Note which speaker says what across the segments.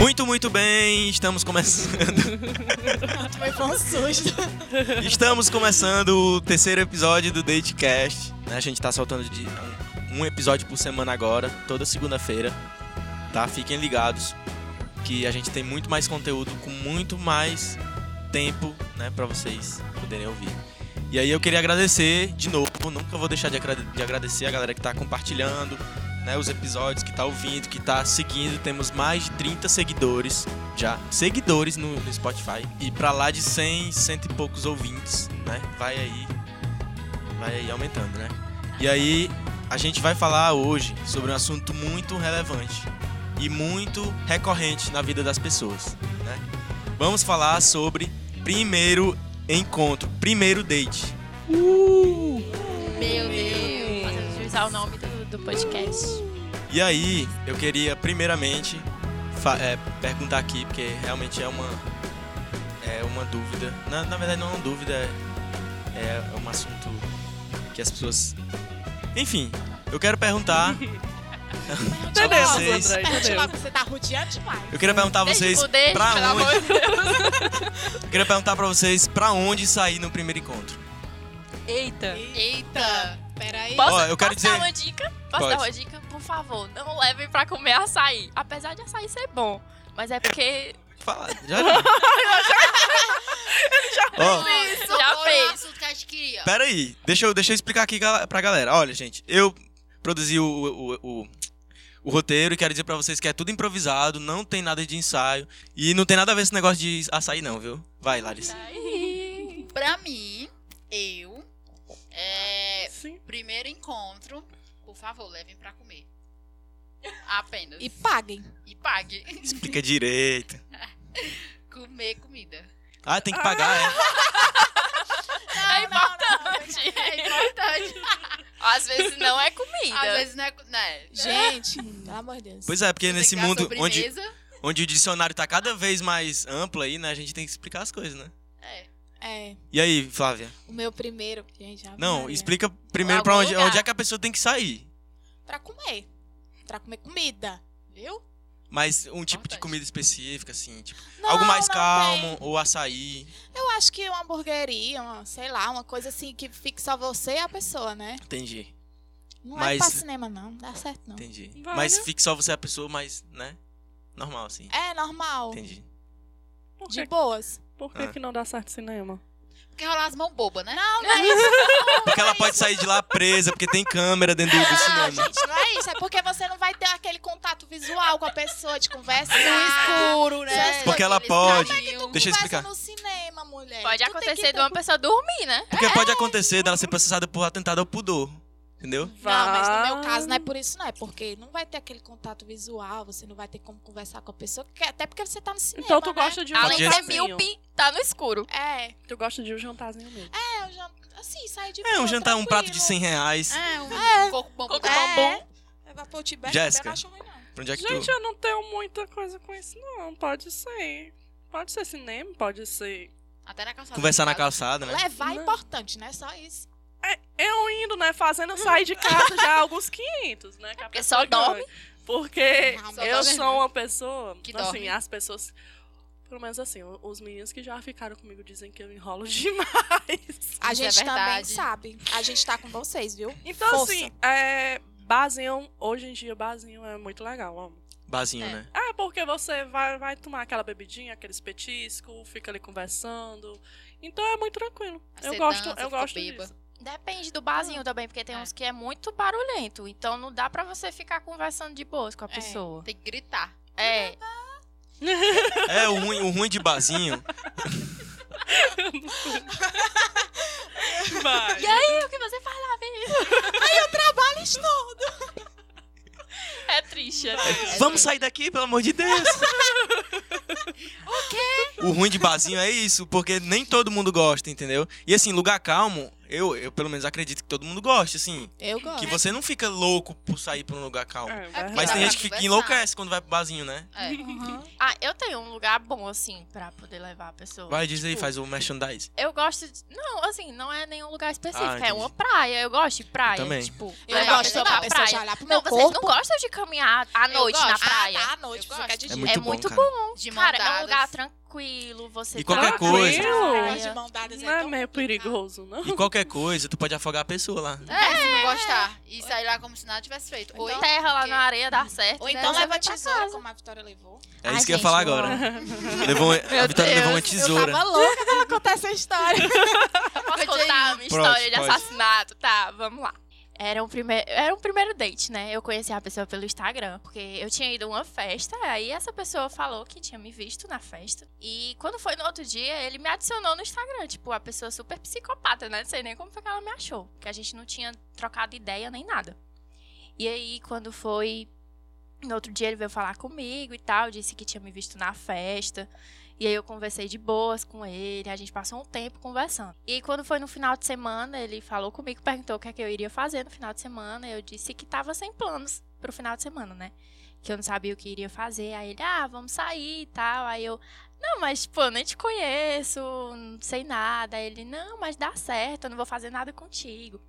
Speaker 1: Muito, muito bem, estamos começando.
Speaker 2: Foi foi um susto.
Speaker 1: estamos começando o terceiro episódio do Datecast. né? A gente tá soltando de- um episódio por semana agora, toda segunda-feira. Tá? Fiquem ligados que a gente tem muito mais conteúdo com muito mais tempo, né, para vocês poderem ouvir. E aí eu queria agradecer de novo, nunca vou deixar de agrade- de agradecer a galera que tá compartilhando, né, os episódios, que tá ouvindo, que tá seguindo. Temos mais de 30 seguidores já, seguidores no, no Spotify. E pra lá de 100, cento e poucos ouvintes, né? Vai aí, vai aí aumentando, né? E aí a gente vai falar hoje sobre um assunto muito relevante e muito recorrente na vida das pessoas, né? Vamos falar sobre primeiro encontro, primeiro date.
Speaker 2: Meu Deus. Mas eu usar o nome do, do podcast.
Speaker 1: E aí, eu queria primeiramente fa- é, perguntar aqui, porque realmente é uma, é uma dúvida. Na, na verdade, não é uma dúvida, é- é um assunto que as pessoas. Enfim, eu quero perguntar.
Speaker 3: Entendemos,
Speaker 1: vocês.
Speaker 3: Tá André,
Speaker 2: Gente,
Speaker 3: entendemos.
Speaker 2: logo, Você tá rodeando demais.
Speaker 1: Eu queria perguntar a vocês
Speaker 2: Desde o desde,
Speaker 1: pra
Speaker 2: pelo
Speaker 1: onde.
Speaker 2: amor de Deus.
Speaker 1: Eu queria perguntar pra vocês pra onde sair no primeiro encontro.
Speaker 3: Eita.
Speaker 2: Eita. Peraí.
Speaker 3: Posso,
Speaker 1: Ó, eu quero
Speaker 3: posso dar
Speaker 1: dizer-
Speaker 3: uma dica? Posso
Speaker 1: Pode.
Speaker 3: dar uma dica? Por favor, não levem pra comer açaí. Apesar de açaí ser bom. Mas é porque
Speaker 1: Fala, já. já. Ó,
Speaker 3: Isso,
Speaker 4: Não,
Speaker 3: já
Speaker 4: não
Speaker 3: fez.
Speaker 4: É o assunto que a gente queria.
Speaker 1: Pera aí, deixa eu, deixa eu explicar aqui gal- pra galera. Olha, gente, eu produzi o, o, o- o roteiro e quero dizer pra vocês que é tudo improvisado, não tem nada de ensaio e não tem nada a ver esse negócio de açaí não, viu? Vai, Larissa.
Speaker 4: Pra mim, eu, é, primeiro encontro, por favor, levem pra comer. Apenas.
Speaker 2: E paguem.
Speaker 4: E pague.
Speaker 1: Explica direito.
Speaker 4: Comer comida.
Speaker 1: Ah, tem que pagar, é.
Speaker 3: é importante.
Speaker 4: É importante.
Speaker 3: Às vezes não é
Speaker 4: Às
Speaker 3: comida.
Speaker 4: vezes não é... co- Né?
Speaker 2: Gente, pelo amor de Deus.
Speaker 1: Pois é, porque
Speaker 4: Tem que
Speaker 1: nesse
Speaker 4: dar
Speaker 1: mundo onde,
Speaker 4: sobremesa.
Speaker 1: onde o dicionário tá cada vez mais amplo aí, né, a gente tem que explicar as coisas, né?
Speaker 4: É.
Speaker 2: É,
Speaker 1: E aí, Flávia?
Speaker 2: o meu primeiro. Gente, né? Ave
Speaker 1: Não,
Speaker 2: Maria.
Speaker 1: explica primeiro
Speaker 2: Algum
Speaker 1: pra onde,
Speaker 2: lugar.
Speaker 1: onde é que a pessoa tem que sair.
Speaker 2: Pra comer. Pra comer comida. Viu?
Speaker 1: Mas um tipo de
Speaker 4: Importante.
Speaker 1: comida específica, assim, tipo,
Speaker 2: Não,
Speaker 1: algo mais
Speaker 2: não
Speaker 1: calmo, ou açaí.
Speaker 2: tem. Eu acho que uma hamburgueria, uma, sei lá, uma coisa assim que fique só você e a pessoa, né?
Speaker 1: Entendi,
Speaker 2: Não
Speaker 1: Mas-
Speaker 2: é pra cinema, não. Não dá certo, não.
Speaker 1: entendi.
Speaker 3: Vale.
Speaker 1: Mas fique só você a pessoa, mas, né? Normal, assim.
Speaker 2: É normal.
Speaker 1: Entendi.
Speaker 3: Por
Speaker 2: De
Speaker 3: que,
Speaker 2: boas.
Speaker 3: por
Speaker 1: que Ah. que
Speaker 3: não dá certo cinema?
Speaker 4: Porque rolar as mãos bobas, né?
Speaker 2: Não, não é isso.
Speaker 1: Porque ela pode sair de lá presa, porque tem câmera dentro do, do cinema.
Speaker 2: Ah, Gente, não é isso. É porque você não vai ter aquele contato visual com a pessoa de conversa no escuro.
Speaker 4: escuro,
Speaker 2: né?
Speaker 1: Porque ela
Speaker 4: Aqueles
Speaker 1: pode.
Speaker 4: caminhos.
Speaker 1: Deixa eu
Speaker 2: Conversa
Speaker 1: explicar.
Speaker 2: no cinema, mulher.
Speaker 3: Pode
Speaker 2: Tu tem
Speaker 3: acontecer
Speaker 2: que
Speaker 3: de uma pessoa dormir, né?
Speaker 1: Porque pode acontecer dela ser processada por atentado ao pudor. Entendeu?
Speaker 2: Não, mas no meu caso não é por isso, não. É porque não vai ter aquele contato visual, você não vai ter como conversar com a pessoa. que- Até porque você tá no cinema.
Speaker 5: Então tu
Speaker 2: né?
Speaker 5: gosta de um
Speaker 3: Além de ser
Speaker 5: jantarzinho.
Speaker 3: míope, tá no escuro.
Speaker 2: É,
Speaker 5: Tu gosta de um jantarzinho mesmo.
Speaker 2: é, eu já. Assim, sai de
Speaker 1: É, um
Speaker 2: boa,
Speaker 1: jantar, um prato de
Speaker 2: tranquilo.
Speaker 1: 100 reais.
Speaker 4: É, um coco bombom.
Speaker 3: Coco
Speaker 2: É.
Speaker 3: bombom.
Speaker 2: É vapor tibete,
Speaker 1: Jéssica.
Speaker 2: eu não acho ruim, não.
Speaker 1: Pra onde é que
Speaker 5: Gente,
Speaker 1: tu...
Speaker 5: eu não tenho muita coisa com isso, não. Pode ser. Pode ser cinema, pode ser.
Speaker 4: Até na calçada.
Speaker 1: Conversar na
Speaker 4: calçada.
Speaker 1: calçada, né?
Speaker 2: Levar é
Speaker 5: Não.
Speaker 2: importante, né? Só isso.
Speaker 5: É, eu indo, né? Fazendo eu sair de casa já alguns 500, né? que a
Speaker 3: Porque
Speaker 5: pessoa
Speaker 3: só dorme.
Speaker 5: ganha. Porque
Speaker 2: Não,
Speaker 4: só
Speaker 5: eu
Speaker 4: dorme, né?
Speaker 5: sou uma pessoa.
Speaker 4: Que
Speaker 5: assim,
Speaker 4: dorme.
Speaker 5: as pessoas. Pelo menos assim, os meninos que já ficaram comigo dizem que eu enrolo demais.
Speaker 4: Isso
Speaker 2: A
Speaker 4: é
Speaker 2: gente também
Speaker 4: verdade.
Speaker 2: sabe. A gente tá com vocês, viu?
Speaker 5: Então,
Speaker 2: Força.
Speaker 5: assim, é. Barzinho, hoje em dia, barzinho é muito legal, amo.
Speaker 1: Bazinho,
Speaker 4: É.
Speaker 1: né?
Speaker 5: É, porque você vai, vai tomar aquela bebidinha, aqueles petiscos, fica ali conversando. Então é muito tranquilo.
Speaker 4: Aí
Speaker 5: Eu
Speaker 4: você
Speaker 5: gosto,
Speaker 4: dança,
Speaker 5: eu
Speaker 4: fica
Speaker 5: gosto
Speaker 4: bêbado.
Speaker 5: disso.
Speaker 3: Depende do barzinho também, porque tem
Speaker 4: É.
Speaker 3: uns que é muito barulhento. Então não dá pra você ficar conversando de boas com a
Speaker 2: É.
Speaker 3: pessoa.
Speaker 4: Tem que gritar.
Speaker 3: É.
Speaker 1: É, o ruim, o ruim de bazinho.
Speaker 5: Vai.
Speaker 3: E aí, o que você faz lá, vem?
Speaker 2: Trabalho estudo.
Speaker 3: É triste. é triste.
Speaker 1: Vamos sair daqui, pelo amor de Deus. O ruim de barzinho é isso, porque nem todo mundo gosta, entendeu? E assim, lugar calmo, eu, eu pelo menos acredito que todo mundo goste, assim.
Speaker 2: Eu gosto.
Speaker 1: Que você não fica louco por sair pra um lugar calmo.
Speaker 5: É,
Speaker 4: porque
Speaker 1: Mas
Speaker 4: dá
Speaker 1: tem
Speaker 4: pra
Speaker 1: gente que fica
Speaker 4: conversar.
Speaker 1: enlouquece quando vai pro barzinho, né?
Speaker 4: É.
Speaker 2: Aham.
Speaker 3: Ah, eu tenho um lugar bom, assim, pra poder levar a pessoa.
Speaker 1: Vai, diz aí, faz o merchandise.
Speaker 3: Eu gosto de... Não, assim, não é nenhum lugar específico.
Speaker 1: Ah,
Speaker 3: é
Speaker 1: entendi.
Speaker 3: uma praia. Eu gosto de praia.
Speaker 1: Eu também.
Speaker 3: Tipo,
Speaker 2: Eu
Speaker 3: levar a
Speaker 2: gosto
Speaker 3: pessoa
Speaker 2: não, a
Speaker 3: pra
Speaker 2: pessoa
Speaker 3: praia.
Speaker 2: já olhar pro meu
Speaker 3: Não, vocês
Speaker 2: corpo.
Speaker 3: não gostam de caminhar à
Speaker 4: Eu
Speaker 3: noite na
Speaker 4: gosto. Ah,
Speaker 3: praia.
Speaker 2: Ah, tá, à noite,
Speaker 4: Eu
Speaker 2: você quer
Speaker 4: gosto.
Speaker 2: de
Speaker 1: É
Speaker 2: dia.
Speaker 1: muito
Speaker 3: é
Speaker 1: bom,
Speaker 3: muito
Speaker 1: cara.
Speaker 3: bom.
Speaker 4: De mão
Speaker 3: Cara, é um
Speaker 4: dadas.
Speaker 3: lugar tranquilo. Você
Speaker 1: E qualquer
Speaker 3: tá
Speaker 1: coisa.
Speaker 3: na
Speaker 5: Tranquilo.
Speaker 2: de
Speaker 3: praia.
Speaker 2: mão dadas é
Speaker 5: Não é
Speaker 2: tão
Speaker 5: meio
Speaker 2: complicado.
Speaker 5: perigoso, não?
Speaker 1: E qualquer coisa, tu pode afogar a pessoa lá.
Speaker 4: É, Então tá. se não gostar. E sair lá como se nada tivesse feito. Oi?
Speaker 3: terra lá
Speaker 4: porque-
Speaker 3: na areia dá certo.
Speaker 2: Ou
Speaker 3: né?
Speaker 2: então
Speaker 3: Você
Speaker 2: leva a
Speaker 3: vai pra
Speaker 2: tesoura,
Speaker 3: casa.
Speaker 2: como a Vitória levou.
Speaker 1: É
Speaker 3: Ai,
Speaker 1: isso que eu ia
Speaker 3: gente,
Speaker 1: falar
Speaker 3: não.
Speaker 1: agora. Levou uma- a Vitória levou uma
Speaker 2: Eu
Speaker 1: tesoura.
Speaker 2: tava louca pra contar essa história.
Speaker 3: Posso contar uma
Speaker 1: Pronto,
Speaker 3: história de
Speaker 1: pode.
Speaker 3: assassinato? Tá, vamos lá. Era um, primeiro, era um primeiro date, né? Eu conheci a pessoa pelo Instagram, porque eu tinha ido a uma festa, aí essa pessoa falou que tinha me visto na festa. E quando foi no outro dia, ele me adicionou no Instagram. Tipo, a pessoa super psicopata, né? Não sei nem como foi que ela me achou, porque a gente não tinha trocado ideia nem nada. E aí, quando foi. No outro dia, ele veio falar comigo e tal, disse que tinha me visto na festa. E aí eu conversei de boas com ele, a gente passou um tempo conversando. E quando foi no final de semana, ele falou comigo, perguntou o que é que eu iria fazer no final de semana. Eu disse que tava sem planos pro final de semana, né? Que eu não sabia o que iria fazer. Aí ele, ah, vamos sair e tal. Aí eu, não, mas pô, nem te conheço, não sei nada. Aí ele, não, mas dá certo, eu não vou fazer nada contigo.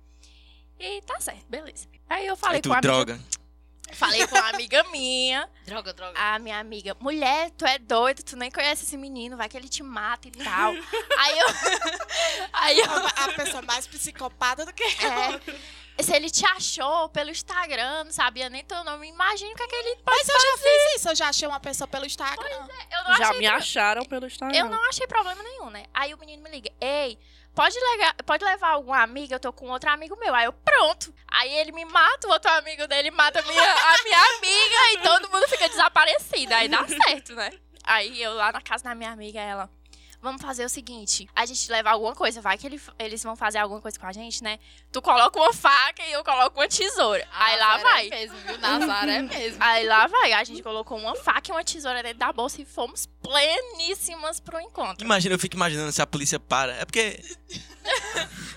Speaker 3: E tá certo, beleza. Aí eu falei
Speaker 1: Aí tu,
Speaker 3: com a amiga,
Speaker 1: droga.
Speaker 3: falei com uma amiga minha.
Speaker 4: Droga, droga.
Speaker 3: A Ah, minha amiga, mulher, tu é doido, tu nem conhece esse menino, vai que ele te mata e tal. aí eu. Aí eu.
Speaker 2: A, a pessoa é mais psicopata do que eu.
Speaker 3: é, se ele te achou pelo Instagram, não sabia nem teu nome, imagina o que é que ele.
Speaker 2: Mas assim. eu já fiz isso, eu já achei uma pessoa pelo Instagram.
Speaker 3: Eu não
Speaker 5: Já
Speaker 3: achei,
Speaker 5: me acharam pelo Instagram.
Speaker 3: eu não achei problema nenhum, né? Aí o menino me liga, ei, pode, legar, pode levar alguma amiga, eu tô com outro amigo meu. Aí eu, pronto. Aí ele me mata, o outro amigo dele mata a minha, a minha amiga e todo mundo fica desaparecido. Aí dá certo, né? Aí eu lá na casa da minha amiga, ela. Vamos fazer o seguinte, a gente leva alguma coisa, vai que ele- eles vão fazer alguma coisa com a gente, né? Tu coloca uma faca e eu coloco uma tesoura. Aí lá
Speaker 4: Nazaré
Speaker 3: vai.
Speaker 4: mesmo, viu? Nazaré mesmo.
Speaker 3: Aí lá vai. A gente colocou uma faca e uma tesoura dentro da bolsa e fomos pleníssimas pro encontro.
Speaker 1: Imagina, eu fico imaginando se a polícia para. É porque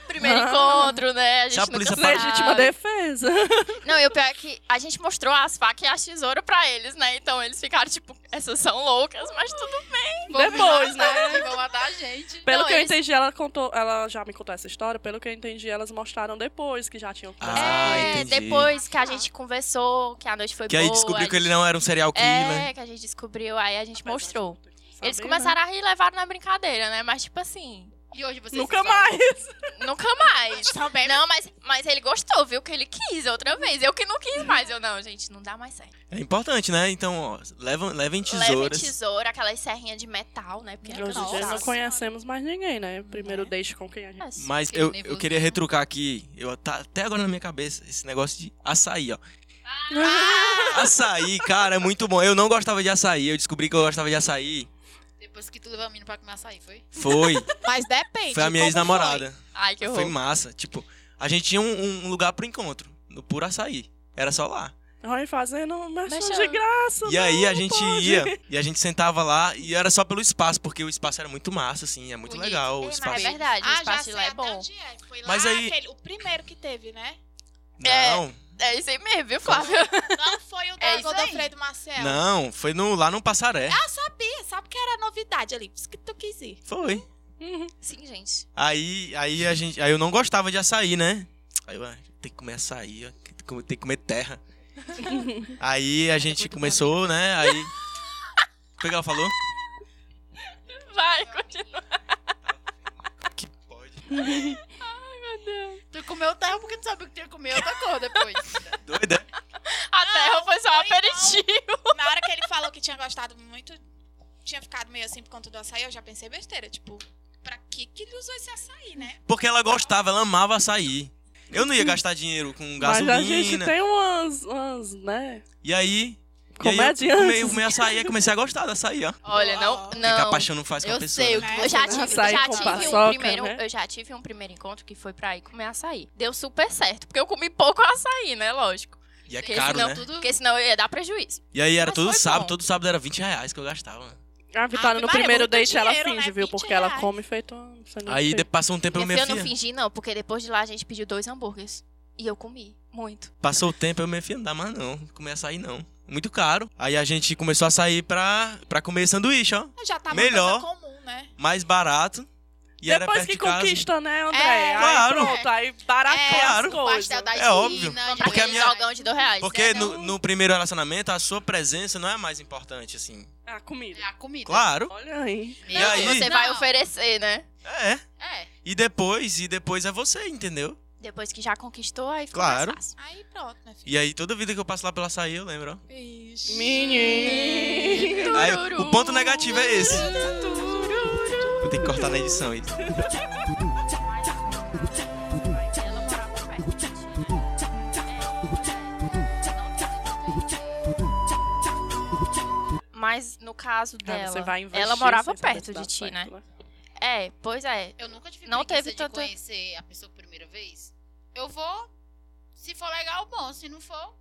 Speaker 3: Primeiro
Speaker 5: Ah.
Speaker 3: encontro, né? A
Speaker 1: Se a
Speaker 3: gente nunca
Speaker 1: polícia
Speaker 3: sabe.
Speaker 5: Legítima defesa.
Speaker 3: Não, e o pior é que a gente mostrou as facas e as tesouras pra eles, né? Então eles ficaram tipo, essas são loucas, mas tudo
Speaker 4: Vão
Speaker 5: Depois,
Speaker 4: me matar, né? Vão matar a gente.
Speaker 5: Pelo
Speaker 3: Não,
Speaker 5: que eu
Speaker 3: eles-
Speaker 5: entendi, ela contou, ela já me contou essa história. Pelo que eu entendi, elas mostraram depois que já tinham conversado.
Speaker 1: Ah,
Speaker 3: é.
Speaker 1: entendi.
Speaker 3: Depois que a gente conversou, que a noite foi
Speaker 1: que
Speaker 3: boa.
Speaker 1: aí descobriu
Speaker 3: a
Speaker 1: que ele
Speaker 3: gente-
Speaker 1: não era um serial killer.
Speaker 3: É, que a gente descobriu, aí a gente
Speaker 5: Apesar de
Speaker 3: mostrou.
Speaker 5: não ter que
Speaker 3: Eles
Speaker 5: saber, né?
Speaker 3: começaram a rir e levaram na brincadeira, né? Mas tipo assim,
Speaker 4: E hoje vocês
Speaker 5: né? Nunca
Speaker 4: estão-
Speaker 5: mais.
Speaker 3: Nunca mais.
Speaker 5: Tá
Speaker 3: não, mas, mas ele gostou, viu? Que ele quis outra vez. Eu que não quis mais. Eu, não, gente, não dá mais certo.
Speaker 1: É importante, né? Então, ó, levam, levem
Speaker 3: Leve
Speaker 1: tesouras.
Speaker 3: tesoura, aquelas serrinhas de metal, né? Porque
Speaker 5: Hoje em
Speaker 3: nossa.
Speaker 5: dia não
Speaker 2: Nossa.
Speaker 5: conhecemos mais ninguém, né? Primeiro
Speaker 3: É.
Speaker 5: deixe com quem a gente.
Speaker 1: Mas
Speaker 4: Fiquei
Speaker 1: eu, eu
Speaker 4: nervoso.
Speaker 1: queria retrucar aqui. Eu, tá até agora na minha cabeça esse negócio de açaí, ó.
Speaker 3: Ah,
Speaker 1: Açaí, cara, é muito bom. Eu não gostava de açaí. Eu descobri que eu gostava de açaí.
Speaker 4: Depois que tu levou a menina pra comer açaí, foi?
Speaker 1: Foi.
Speaker 2: Mas depende.
Speaker 1: Foi a minha
Speaker 2: como
Speaker 1: ex-namorada.
Speaker 3: Ai, que
Speaker 1: Foi
Speaker 3: horror.
Speaker 1: massa. Tipo, a gente tinha um, um lugar pro encontro. No puro açaí. Era só lá.
Speaker 5: Ai, fazendo merchan
Speaker 3: Merchan.
Speaker 5: de graça.
Speaker 1: E aí a gente
Speaker 5: pode.
Speaker 1: ia e a gente sentava lá e era só pelo espaço, porque o espaço era muito massa, assim, é muito
Speaker 4: Bonito.
Speaker 1: legal o
Speaker 3: É, mas
Speaker 1: espaço.
Speaker 3: é verdade, o
Speaker 2: Ah, já
Speaker 3: espaço de
Speaker 2: sei
Speaker 3: lá é
Speaker 2: até
Speaker 3: bom.
Speaker 2: onde é. Foi lá
Speaker 1: Mas aí-
Speaker 2: aquele- o primeiro que teve, né?
Speaker 3: É.
Speaker 1: Não,
Speaker 3: É isso aí mesmo, viu, Flávio?
Speaker 2: Não foi o da
Speaker 4: É isso aí.
Speaker 2: Godofredo Marcel.
Speaker 1: não, foi no, lá no Passaré.
Speaker 2: é. Ah, sabia, sabe que era novidade ali. Por isso que tu quis ir.
Speaker 1: Foi.
Speaker 5: Uhum.
Speaker 3: Sim, gente.
Speaker 1: Aí, aí a gente, aí eu não gostava de açaí, né? Aí eu, ah, tem que comer açaí, ó, tem que comer- tem que comer terra. aí a gente começou, né? Aí O que que ela falou?
Speaker 3: Vai, continua.
Speaker 1: Que pode.
Speaker 4: Tu comeu terra porque tu sabia que tu ia comer outra cor depois.
Speaker 1: Doida.
Speaker 3: A terra foi só um
Speaker 2: foi não.
Speaker 3: aperitivo.
Speaker 2: Na hora que ele falou que tinha gostado muito, tinha ficado meio assim por conta do açaí, eu já pensei besteira. Tipo, pra que que ele usou esse açaí, né?
Speaker 1: Porque ela gostava, ela amava açaí. Eu não ia gastar dinheiro com
Speaker 5: Mas
Speaker 1: gasolina.
Speaker 5: a gente tem umas, umas né?
Speaker 1: E aí.
Speaker 5: Comediantes.
Speaker 1: E aí eu um comei, comei açaí, aí comecei a gostar do açaí, ó.
Speaker 3: Olha, não.
Speaker 2: Ó.
Speaker 1: O que a
Speaker 3: não.
Speaker 1: paixão não faz com a
Speaker 4: Eu
Speaker 1: pessoa.
Speaker 4: sei o
Speaker 1: né?
Speaker 4: que
Speaker 2: né?
Speaker 3: Eu já tive,
Speaker 5: Açaí
Speaker 3: já
Speaker 5: com
Speaker 3: tive
Speaker 5: paçoca,
Speaker 3: um primeiro,
Speaker 5: né?
Speaker 3: eu já tive um primeiro encontro que foi pra ir comer açaí. Deu super certo, porque eu comi pouco açaí, né? Lógico.
Speaker 1: E é
Speaker 3: Porque
Speaker 1: caro,
Speaker 3: senão
Speaker 1: né?
Speaker 4: tudo.
Speaker 3: Porque senão eu ia dar prejuízo.
Speaker 1: E aí era
Speaker 3: Mas
Speaker 1: todo
Speaker 3: foi
Speaker 1: sábado,
Speaker 3: bom.
Speaker 1: todo sábado era 20 reais que eu gastava.
Speaker 5: A Vitória,
Speaker 2: Ah,
Speaker 5: no
Speaker 2: Maria,
Speaker 5: primeiro
Speaker 2: muito
Speaker 5: date, ela
Speaker 2: dinheiro,
Speaker 5: finge,
Speaker 2: né?
Speaker 5: viu?
Speaker 2: 20
Speaker 5: Porque ela
Speaker 2: reais.
Speaker 5: come feito. uma- você não
Speaker 1: Aí
Speaker 5: sei.
Speaker 1: de- passou um tempo, eu,
Speaker 3: Minha
Speaker 1: minha
Speaker 3: filha, eu não
Speaker 1: filha.
Speaker 3: fingi, não, porque depois de lá a gente pediu dois hambúrgueres. E eu comi. Muito.
Speaker 1: Passou o tempo, eu, minha filha, não dá mais não. Começa a sair, não. Muito caro. Aí a gente começou a sair pra, pra comer sanduíche, ó.
Speaker 2: Já tá
Speaker 1: Melhor.
Speaker 2: uma coisa comum, né?
Speaker 1: Mais barato. E era
Speaker 5: Depois
Speaker 1: perto
Speaker 5: que
Speaker 1: de casa.
Speaker 5: conquista, né, André?
Speaker 4: É,
Speaker 5: aí
Speaker 1: claro.
Speaker 5: pronto, aí barateia
Speaker 1: É,
Speaker 5: as
Speaker 1: claro.
Speaker 5: coisas.
Speaker 4: Pastel da
Speaker 1: É
Speaker 4: esquina,
Speaker 1: óbvio,
Speaker 4: de
Speaker 1: porque a
Speaker 4: dois
Speaker 3: aquele
Speaker 1: minha-
Speaker 3: jogão de dois reais.
Speaker 1: Porque
Speaker 4: né?
Speaker 3: um
Speaker 1: no, no primeiro relacionamento, a sua presença não é a mais importante, assim.
Speaker 5: A comida.
Speaker 4: É a comida.
Speaker 1: Claro.
Speaker 5: Olha aí.
Speaker 1: E aí?
Speaker 3: Você
Speaker 4: Não.
Speaker 3: vai oferecer, né?
Speaker 1: É.
Speaker 4: É.
Speaker 1: E depois, e depois é você, entendeu?
Speaker 3: Depois que já conquistou, aí fica
Speaker 1: Claro.
Speaker 3: mais fácil.
Speaker 2: Aí pronto, né, filho?
Speaker 1: E aí, toda vida que eu passo lá pela açaí, eu lembro, ó.
Speaker 2: Ixi.
Speaker 5: Menino.
Speaker 1: Aí, o ponto negativo é esse. Vou ter que cortar na edição isso.
Speaker 3: Ela morava perto. Mas no caso
Speaker 5: Aí
Speaker 3: dela,
Speaker 5: você vai investir,
Speaker 3: ela morava
Speaker 5: sem saber se
Speaker 3: perto
Speaker 5: dá
Speaker 3: de ti,
Speaker 5: certo,
Speaker 3: né? É, pois é.
Speaker 4: Eu nunca tive
Speaker 3: Não
Speaker 4: preguiça
Speaker 3: teve
Speaker 4: de
Speaker 3: tanto-
Speaker 4: conhecer a pessoa a primeira vez. Eu vou. Se for legal, bom. Se não for,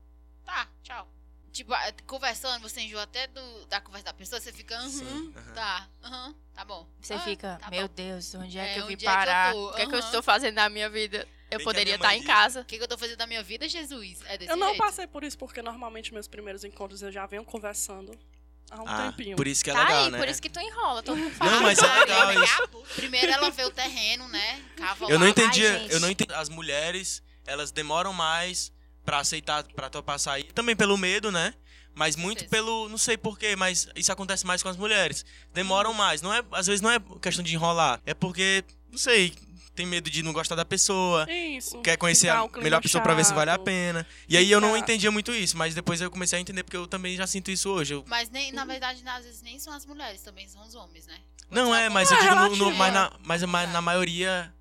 Speaker 4: tá, tchau. Tipo, ah, conversando, você enjoa até do- da conversa da pessoa, você fica. Uhum,
Speaker 1: Sim, aham.
Speaker 4: Tá, aham, tá bom.
Speaker 3: Você
Speaker 4: Ah,
Speaker 3: fica,
Speaker 4: tá
Speaker 3: meu
Speaker 4: bom.
Speaker 3: Deus, onde é,
Speaker 4: É,
Speaker 3: que eu vim
Speaker 4: onde é que eu
Speaker 3: parar?
Speaker 4: tô?
Speaker 3: o que é que eu
Speaker 4: Aham.
Speaker 3: estou fazendo na minha vida?
Speaker 1: Bem
Speaker 3: Eu
Speaker 1: que a
Speaker 3: poderia
Speaker 1: minha
Speaker 3: estar
Speaker 1: mãe
Speaker 3: em
Speaker 1: diz,
Speaker 3: casa.
Speaker 4: O que, que eu tô fazendo da minha vida, Jesus? É desse
Speaker 5: Eu não
Speaker 4: jeito.
Speaker 5: passei por isso, porque normalmente meus primeiros encontros eu já venho conversando há um
Speaker 1: Ah,
Speaker 5: tempinho.
Speaker 1: por isso que é
Speaker 3: tá
Speaker 1: legal,
Speaker 3: aí,
Speaker 1: né?
Speaker 3: por isso que tu enrola, todo mundo fala.
Speaker 1: Não, mas é legal isso.
Speaker 4: Primeiro ela vê o terreno, né? Cava
Speaker 1: Eu não
Speaker 4: lá.
Speaker 1: entendi,
Speaker 3: Ai, gente.
Speaker 1: eu não entendi. As mulheres, elas demoram mais pra aceitar, pra topar sair. Também pelo medo, né? Mas muito
Speaker 4: certeza.
Speaker 1: pelo, não sei porquê, mas isso acontece mais com as mulheres. Demoram mais. Não é, às vezes não é questão de enrolar, é porque, não sei, tem medo de não gostar da pessoa.
Speaker 5: Isso.
Speaker 1: Quer conhecer
Speaker 5: Ficar
Speaker 1: a
Speaker 5: um clima
Speaker 1: melhor pessoa pra ver se vale a
Speaker 5: chato.
Speaker 1: pena. E aí eu não
Speaker 5: Ficar-
Speaker 1: entendia muito isso, mas depois eu comecei a entender porque eu também já sinto isso hoje. Eu-
Speaker 4: Mas nem, na verdade, às vezes nem são as mulheres, também são os homens, né?
Speaker 1: não
Speaker 4: só
Speaker 1: é,
Speaker 4: com-
Speaker 1: mas eu
Speaker 5: Ah,
Speaker 1: digo, no- no-
Speaker 5: relativo.
Speaker 1: mas, na, mas, mas na maioria,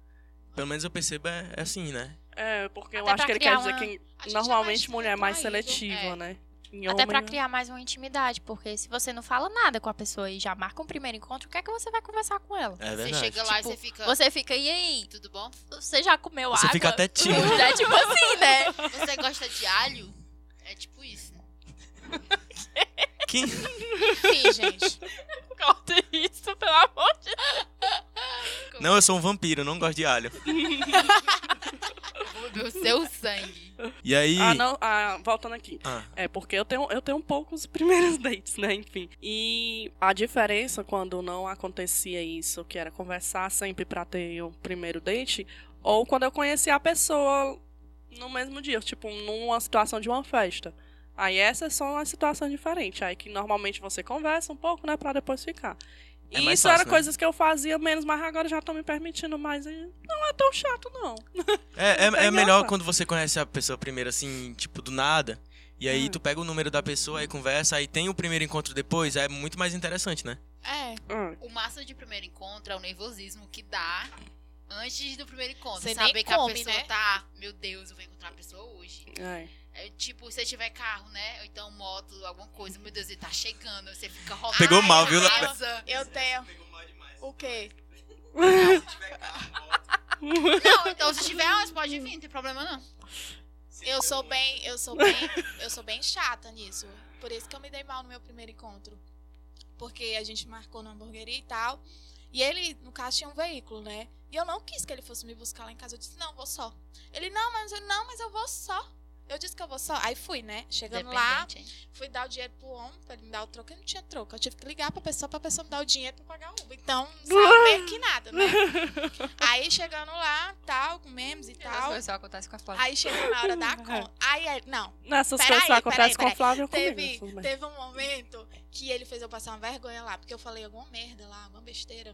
Speaker 1: pelo menos eu percebo, é, é assim, né?
Speaker 5: É, porque eu
Speaker 3: Até
Speaker 5: acho que
Speaker 3: pra
Speaker 5: ele quer
Speaker 3: criar
Speaker 5: dizer
Speaker 3: uma-
Speaker 4: A
Speaker 5: que
Speaker 4: gente
Speaker 5: normalmente
Speaker 4: é mais
Speaker 5: mulher é mais
Speaker 4: retraído,
Speaker 5: seletiva,
Speaker 4: é.
Speaker 5: né? Em
Speaker 3: Até
Speaker 5: homem,
Speaker 3: pra
Speaker 5: né?
Speaker 3: criar mais uma intimidade, porque se você não fala nada com a pessoa e já marca um primeiro encontro, o que é que você vai conversar com ela?
Speaker 1: É
Speaker 4: você
Speaker 1: verdade.
Speaker 4: chega lá e
Speaker 3: Tipo,
Speaker 4: você fica.
Speaker 3: Você fica, e aí?
Speaker 4: Tudo bom?
Speaker 3: Você já comeu
Speaker 1: Você
Speaker 3: água?
Speaker 1: fica até tímido.
Speaker 3: É tipo assim, né?
Speaker 4: Você gosta de alho? É tipo isso.
Speaker 1: Quem-
Speaker 2: Enfim, gente.
Speaker 3: Corta isso, pelo amor de Deus.
Speaker 1: Não, eu sou um vampiro, eu não gosto de alho.
Speaker 4: Eu Vou beber o seu sangue.
Speaker 1: E aí.
Speaker 5: Ah, não, ah, voltando aqui.
Speaker 1: Ah.
Speaker 5: É, porque eu tenho, eu tenho poucos primeiros dates, né? Enfim. E a diferença quando não acontecia isso, que era conversar sempre pra ter o primeiro date, ou quando eu conhecia a pessoa no mesmo dia, tipo, numa situação de uma festa. Aí essa é só uma situação diferente. Aí que normalmente você conversa um pouco, né? Pra depois ficar.
Speaker 1: É
Speaker 5: e
Speaker 1: mais
Speaker 5: isso
Speaker 1: fácil,
Speaker 5: era
Speaker 1: né?
Speaker 5: coisas que eu fazia menos, mas agora já tô me permitindo mais. E não é tão chato, não.
Speaker 1: É,
Speaker 5: Não tem
Speaker 1: é, é melhor
Speaker 5: graça.
Speaker 1: quando você conhece a pessoa primeiro, assim, tipo, do nada. E aí
Speaker 5: Hum.
Speaker 1: tu pega o número da pessoa, aí conversa, aí tem o primeiro encontro depois, é muito mais interessante, né?
Speaker 2: É.
Speaker 5: Hum.
Speaker 4: O massa de primeiro encontro é o nervosismo que dá antes do primeiro encontro.
Speaker 2: Você
Speaker 4: Saber
Speaker 2: nem
Speaker 4: que a
Speaker 2: come,
Speaker 4: pessoa
Speaker 2: né?
Speaker 4: tá. Meu Deus, eu vou encontrar a pessoa hoje.
Speaker 5: É.
Speaker 4: É, tipo, se tiver carro, né? Ou então moto, alguma coisa. Meu Deus, ele tá chegando. Você fica rolando.
Speaker 1: Pegou mal, viu,
Speaker 2: Laura?
Speaker 4: Nossa.
Speaker 2: Eu tenho. O quê?
Speaker 4: Não, então se tiver, mas pode vir, não tem problema não.
Speaker 2: Eu sou bem, eu sou bem, eu sou bem chata nisso. Por isso que eu me dei mal no meu primeiro encontro. Porque a gente marcou numa hamburgueria e tal. E ele, no caso, tinha um veículo, né? E eu não quis que ele fosse me buscar lá em casa. Eu disse, não, vou só. Ele, não, mas eu não, mas eu vou só. Eu disse que eu vou só. Aí fui, né? Chegando lá,
Speaker 4: Dependente, hein?
Speaker 2: fui dar o dinheiro pro homem pra ele me dar o troco. Eu não tinha troco. Eu tive que ligar pra pessoa pra pessoa me dar o dinheiro pra pagar o Uber. Então, saiu meio que nada, né? Aí chegando lá, tal, comemos e tal.
Speaker 3: só acontece com a Flávia.
Speaker 2: Aí chegou na hora da conta. Aí, ele- não,
Speaker 5: Nessas
Speaker 2: Peraí,
Speaker 5: coisas só
Speaker 2: peraí,
Speaker 5: acontecem com o
Speaker 2: peraí.
Speaker 5: Flávio comigo.
Speaker 2: teve,
Speaker 5: tudo bem.
Speaker 2: teve um momento que ele fez eu passar uma vergonha lá, porque eu falei alguma merda lá, alguma besteira.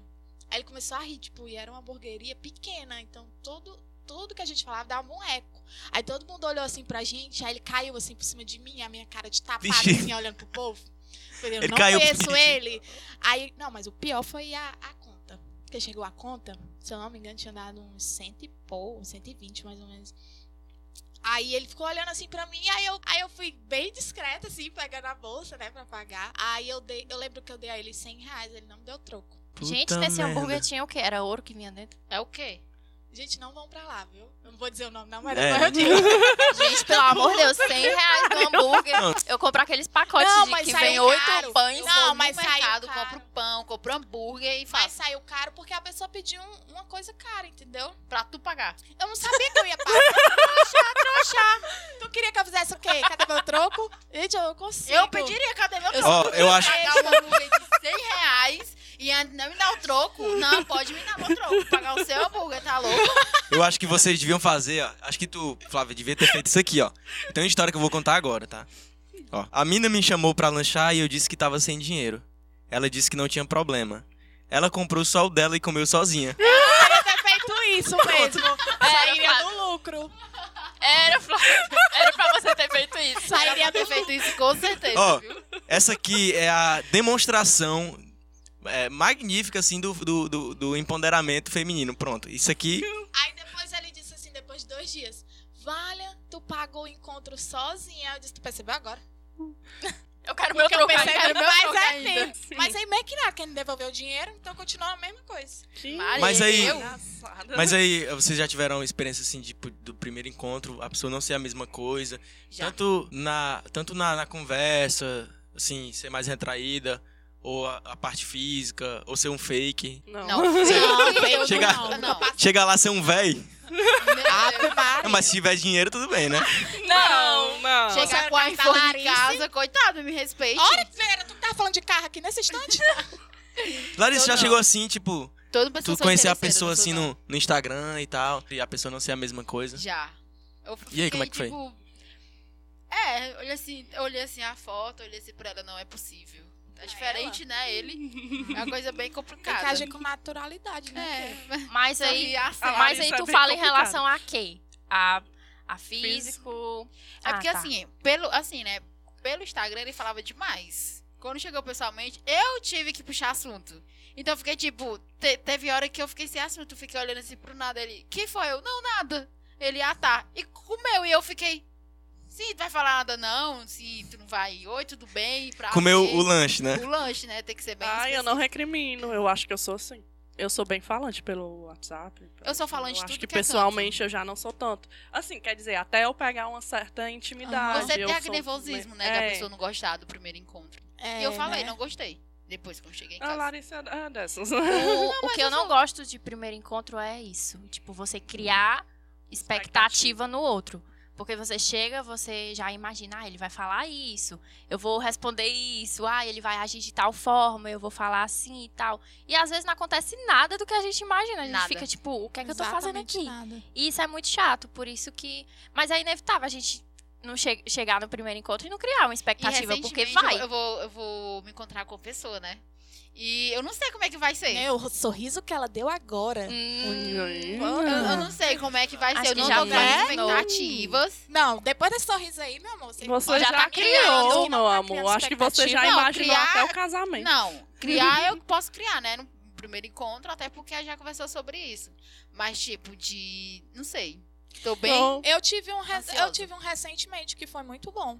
Speaker 2: Aí ele começou a rir, tipo, e era uma hamburgueria pequena, então todo, tudo que a gente falava dava um eco. Aí todo mundo olhou assim pra gente, aí ele caiu assim por cima de mim, a minha cara de tapada,
Speaker 1: Vixe.
Speaker 2: assim, olhando pro povo. Eu falei, Eu
Speaker 1: Ele
Speaker 2: não
Speaker 1: caiu por
Speaker 2: conheço
Speaker 1: cima de ti.
Speaker 2: ele. Aí, não, mas o pior foi a, a conta. Porque chegou a conta, se eu não me engano, tinha dado uns cento e pouco, uns 120 mais ou menos. Aí ele ficou olhando assim pra mim, aí eu, aí eu fui bem discreta, assim, pegando a bolsa, né, pra pagar. Aí eu dei, eu lembro que eu dei a ele 100 reais, ele não me deu troco.
Speaker 1: Puta
Speaker 3: Gente, nesse
Speaker 4: um
Speaker 1: merda.
Speaker 3: hambúrguer tinha o quê? Era ouro que vinha dentro?
Speaker 4: É o quê?
Speaker 2: Gente, não vão pra lá, viu? Eu não vou dizer o nome, não, mas
Speaker 1: É.
Speaker 2: depois eu digo.
Speaker 3: Gente, pelo amor de Deus, 100 reais no hambúrguer. Eu compro aqueles pacotes
Speaker 2: Não,
Speaker 3: de
Speaker 2: mas
Speaker 3: que
Speaker 2: saiu
Speaker 3: vem oito
Speaker 2: caro.
Speaker 3: pães.
Speaker 4: Eu
Speaker 2: Não,
Speaker 4: vou no
Speaker 2: mas saiu
Speaker 4: mercado,
Speaker 2: caro.
Speaker 4: compro pão, compro hambúrguer e
Speaker 2: Mas
Speaker 4: faço.
Speaker 2: saiu caro porque a pessoa pediu um- uma coisa cara, entendeu?
Speaker 4: Pra tu pagar.
Speaker 2: Eu não sabia que eu ia pagar. Trouxa, trouxa. Tu queria que eu fizesse o quê? Cadê meu troco? Gente, eu consigo.
Speaker 4: Eu pediria, cadê meu
Speaker 1: Ó,
Speaker 4: troco?
Speaker 1: eu acho-
Speaker 4: Pagar um hambúrguer de 100 reais e ainda não me dar o troco. Não, pode me dar meu troco. Pagar o seu hambúrguer, tá louco?
Speaker 1: Eu acho que vocês deviam fazer, ó. Acho que tu, Flávia, devia ter feito isso aqui, ó. Tem uma história que eu vou contar agora, tá? Ó, a mina me chamou pra lanchar e eu disse que tava sem dinheiro. Ela disse que não tinha problema. Ela comprou só o dela e comeu sozinha.
Speaker 2: queria ter feito isso É mesmo. Sairia no um lucro.
Speaker 3: Era, Flávia, era pra você ter feito isso.
Speaker 2: Sairia
Speaker 4: Era pra ter feito isso com certeza,
Speaker 1: Ó.
Speaker 4: viu?
Speaker 1: Essa aqui é a demonstração é, magnífica, assim, do, do, do, do empoderamento feminino. Pronto, isso aqui...
Speaker 2: Aí depois ele disse assim, depois de dois dias. Valha, tu pagou o encontro sozinha. Eu disse, tu percebeu agora?
Speaker 3: Eu quero meu
Speaker 2: Porque eu
Speaker 3: troco, eu
Speaker 2: pensei
Speaker 3: quero
Speaker 2: no
Speaker 3: meu
Speaker 2: mais
Speaker 3: troco
Speaker 2: é
Speaker 3: ainda.
Speaker 2: mesmo. Mas aí meio que nada, que não devolveu o dinheiro, então continua a mesma coisa.
Speaker 4: Maria,
Speaker 1: Mas aí-
Speaker 4: eu-
Speaker 1: Mas aí, vocês já tiveram experiência, assim, de, do primeiro encontro, a pessoa não ser a mesma coisa.
Speaker 4: Já.
Speaker 1: Tanto, na, tanto na, na conversa, assim, ser mais retraída, ou a, a parte física, ou ser um fake.
Speaker 5: Não.
Speaker 4: Não, Ah,
Speaker 2: veio
Speaker 1: Chega-
Speaker 2: não.
Speaker 4: não.
Speaker 1: Chega lá ser um véi.
Speaker 4: Meu Deus.
Speaker 1: Ah, mas se tiver dinheiro, tudo bem, né?
Speaker 5: Não, não.
Speaker 4: Chegar
Speaker 2: Você
Speaker 4: com a
Speaker 2: vai
Speaker 4: iPhone tá em
Speaker 2: Clarice?
Speaker 4: casa, coitado, me respeite.
Speaker 2: Olha, Vera, tu que tá falando de carro aqui nesse instante?
Speaker 1: Larissa
Speaker 4: Eu
Speaker 1: já
Speaker 4: não.
Speaker 1: chegou assim, tipo,
Speaker 4: Todo pessoa
Speaker 1: tu
Speaker 4: sou
Speaker 1: conhecer a
Speaker 4: interesseira,
Speaker 1: pessoa
Speaker 4: não sou
Speaker 1: assim
Speaker 4: não.
Speaker 1: no, no Instagram e tal, e a pessoa não ser a mesma coisa.
Speaker 4: Já. Eu
Speaker 1: E aí, como é que foi?
Speaker 4: fiquei, tipo, É, eu olhei assim, eu olhei assim a foto, eu olhei assim pra ela, não é possível. Tá diferente, né, ele? É uma coisa bem
Speaker 2: Tem que
Speaker 4: complicada.
Speaker 2: agir com naturalidade, né?
Speaker 4: É,
Speaker 3: assim. Mas
Speaker 4: isso aí
Speaker 3: aí,
Speaker 4: é a sério.
Speaker 3: mas
Speaker 5: Larissa
Speaker 3: aí
Speaker 5: é
Speaker 3: tu
Speaker 5: bem
Speaker 3: fala em
Speaker 5: complicado.
Speaker 3: relação a quê? A, a físico...
Speaker 4: É porque
Speaker 3: Ah, tá.
Speaker 4: assim, pelo, assim, né? Pelo Instagram ele falava demais. Quando chegou pessoalmente, eu tive que puxar assunto. Então eu fiquei tipo, te- teve hora que eu fiquei sem assunto, fiquei olhando assim pro nada. Ele, que foi? Eu, não, nada. Ele, ah tá. E comeu, e eu fiquei, sim, tu vai falar nada não, sim, tu não vai. Oi, tudo bem? Pra
Speaker 1: Comeu
Speaker 4: quê?"
Speaker 1: o lanche, né?
Speaker 4: O lanche, né? Tem que ser bem.
Speaker 5: Ai, eu
Speaker 4: específico.
Speaker 5: não recrimino. Eu acho que eu sou assim. Eu sou bem falante pelo WhatsApp.
Speaker 4: Eu sou falante de
Speaker 5: Eu acho
Speaker 4: tudo
Speaker 5: que
Speaker 4: que é canto.
Speaker 5: pessoalmente eu já não sou tanto. Assim, quer dizer, até eu pegar uma certa intimidade.
Speaker 4: Você
Speaker 5: eu
Speaker 4: tem aquele
Speaker 5: sou-
Speaker 4: nervosismo, né?
Speaker 5: É. né?
Speaker 4: Da pessoa não gostar do primeiro encontro.
Speaker 2: É,
Speaker 4: e eu
Speaker 2: né?
Speaker 4: falei, não gostei. Depois quando cheguei em
Speaker 5: A
Speaker 4: casa.
Speaker 5: Larissa é dessas.
Speaker 3: O, o que eu
Speaker 4: assim,
Speaker 3: não gosto de primeiro encontro é isso. Tipo, você criar
Speaker 4: Hum.
Speaker 3: expectativa no outro. Porque você chega, você já imagina, ah, ele vai falar isso, eu vou responder isso, ah, ele vai agir de tal forma, eu vou falar assim e tal. E às vezes não acontece nada do que a gente imagina. A gente
Speaker 4: Nada.
Speaker 3: fica tipo, o que é que eu tô fazendo
Speaker 2: Exatamente
Speaker 3: aqui?
Speaker 2: nada.
Speaker 3: E isso é muito chato, por isso que. Mas é inevitável a gente não che- chegar no primeiro encontro e não criar uma
Speaker 4: E
Speaker 3: expectativa, Tá porque
Speaker 4: recentemente
Speaker 3: vai.
Speaker 4: Eu, eu vou, eu vou me encontrar com a pessoa, né? E eu não sei como é que vai ser.
Speaker 2: Meu, Né, o sorriso que ela deu agora.
Speaker 5: Hum.
Speaker 4: Eu, eu não sei como é que vai
Speaker 3: Acho
Speaker 4: ser. Eu
Speaker 3: que
Speaker 4: não
Speaker 3: já tá
Speaker 4: tô com as
Speaker 3: vai, não.
Speaker 4: expectativas.
Speaker 2: Não, depois desse sorriso aí, meu amor. Você,
Speaker 5: Você
Speaker 2: já
Speaker 5: já,
Speaker 2: tá criando,
Speaker 5: criou,
Speaker 2: que não
Speaker 5: meu
Speaker 2: tá
Speaker 5: amor.
Speaker 2: criando
Speaker 5: Acho que você
Speaker 4: expectativa.
Speaker 5: já
Speaker 4: Não,
Speaker 5: imaginou
Speaker 4: criar-
Speaker 5: até o casamento.
Speaker 4: Não, criar eu posso criar, né? No primeiro encontro, até porque já conversou sobre isso. Mas, tipo, de. Não sei. Tô bem.
Speaker 5: Então,
Speaker 2: Eu tive um re-
Speaker 4: Ansiosa.
Speaker 2: eu tive um recentemente que foi muito bom.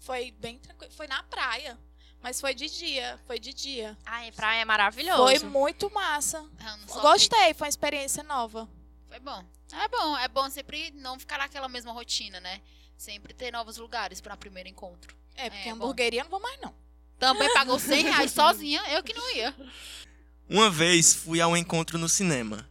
Speaker 2: Foi bem tranquilo, foi na praia, mas foi de dia, foi de dia.
Speaker 3: Ai, praia é maravilhoso.
Speaker 2: Foi muito massa.
Speaker 4: Ah, não sou
Speaker 2: Gostei, foi uma experiência nova.
Speaker 4: Foi bom. É bom, é bom sempre não ficar naquela mesma rotina, né? Sempre ter novos lugares pra primeiro encontro.
Speaker 2: É, porque
Speaker 4: É, bom.
Speaker 2: hamburgueria eu não vou mais não.
Speaker 4: Também pagou 100 reais sozinha, eu que não ia.
Speaker 1: Uma vez fui a um encontro no cinema.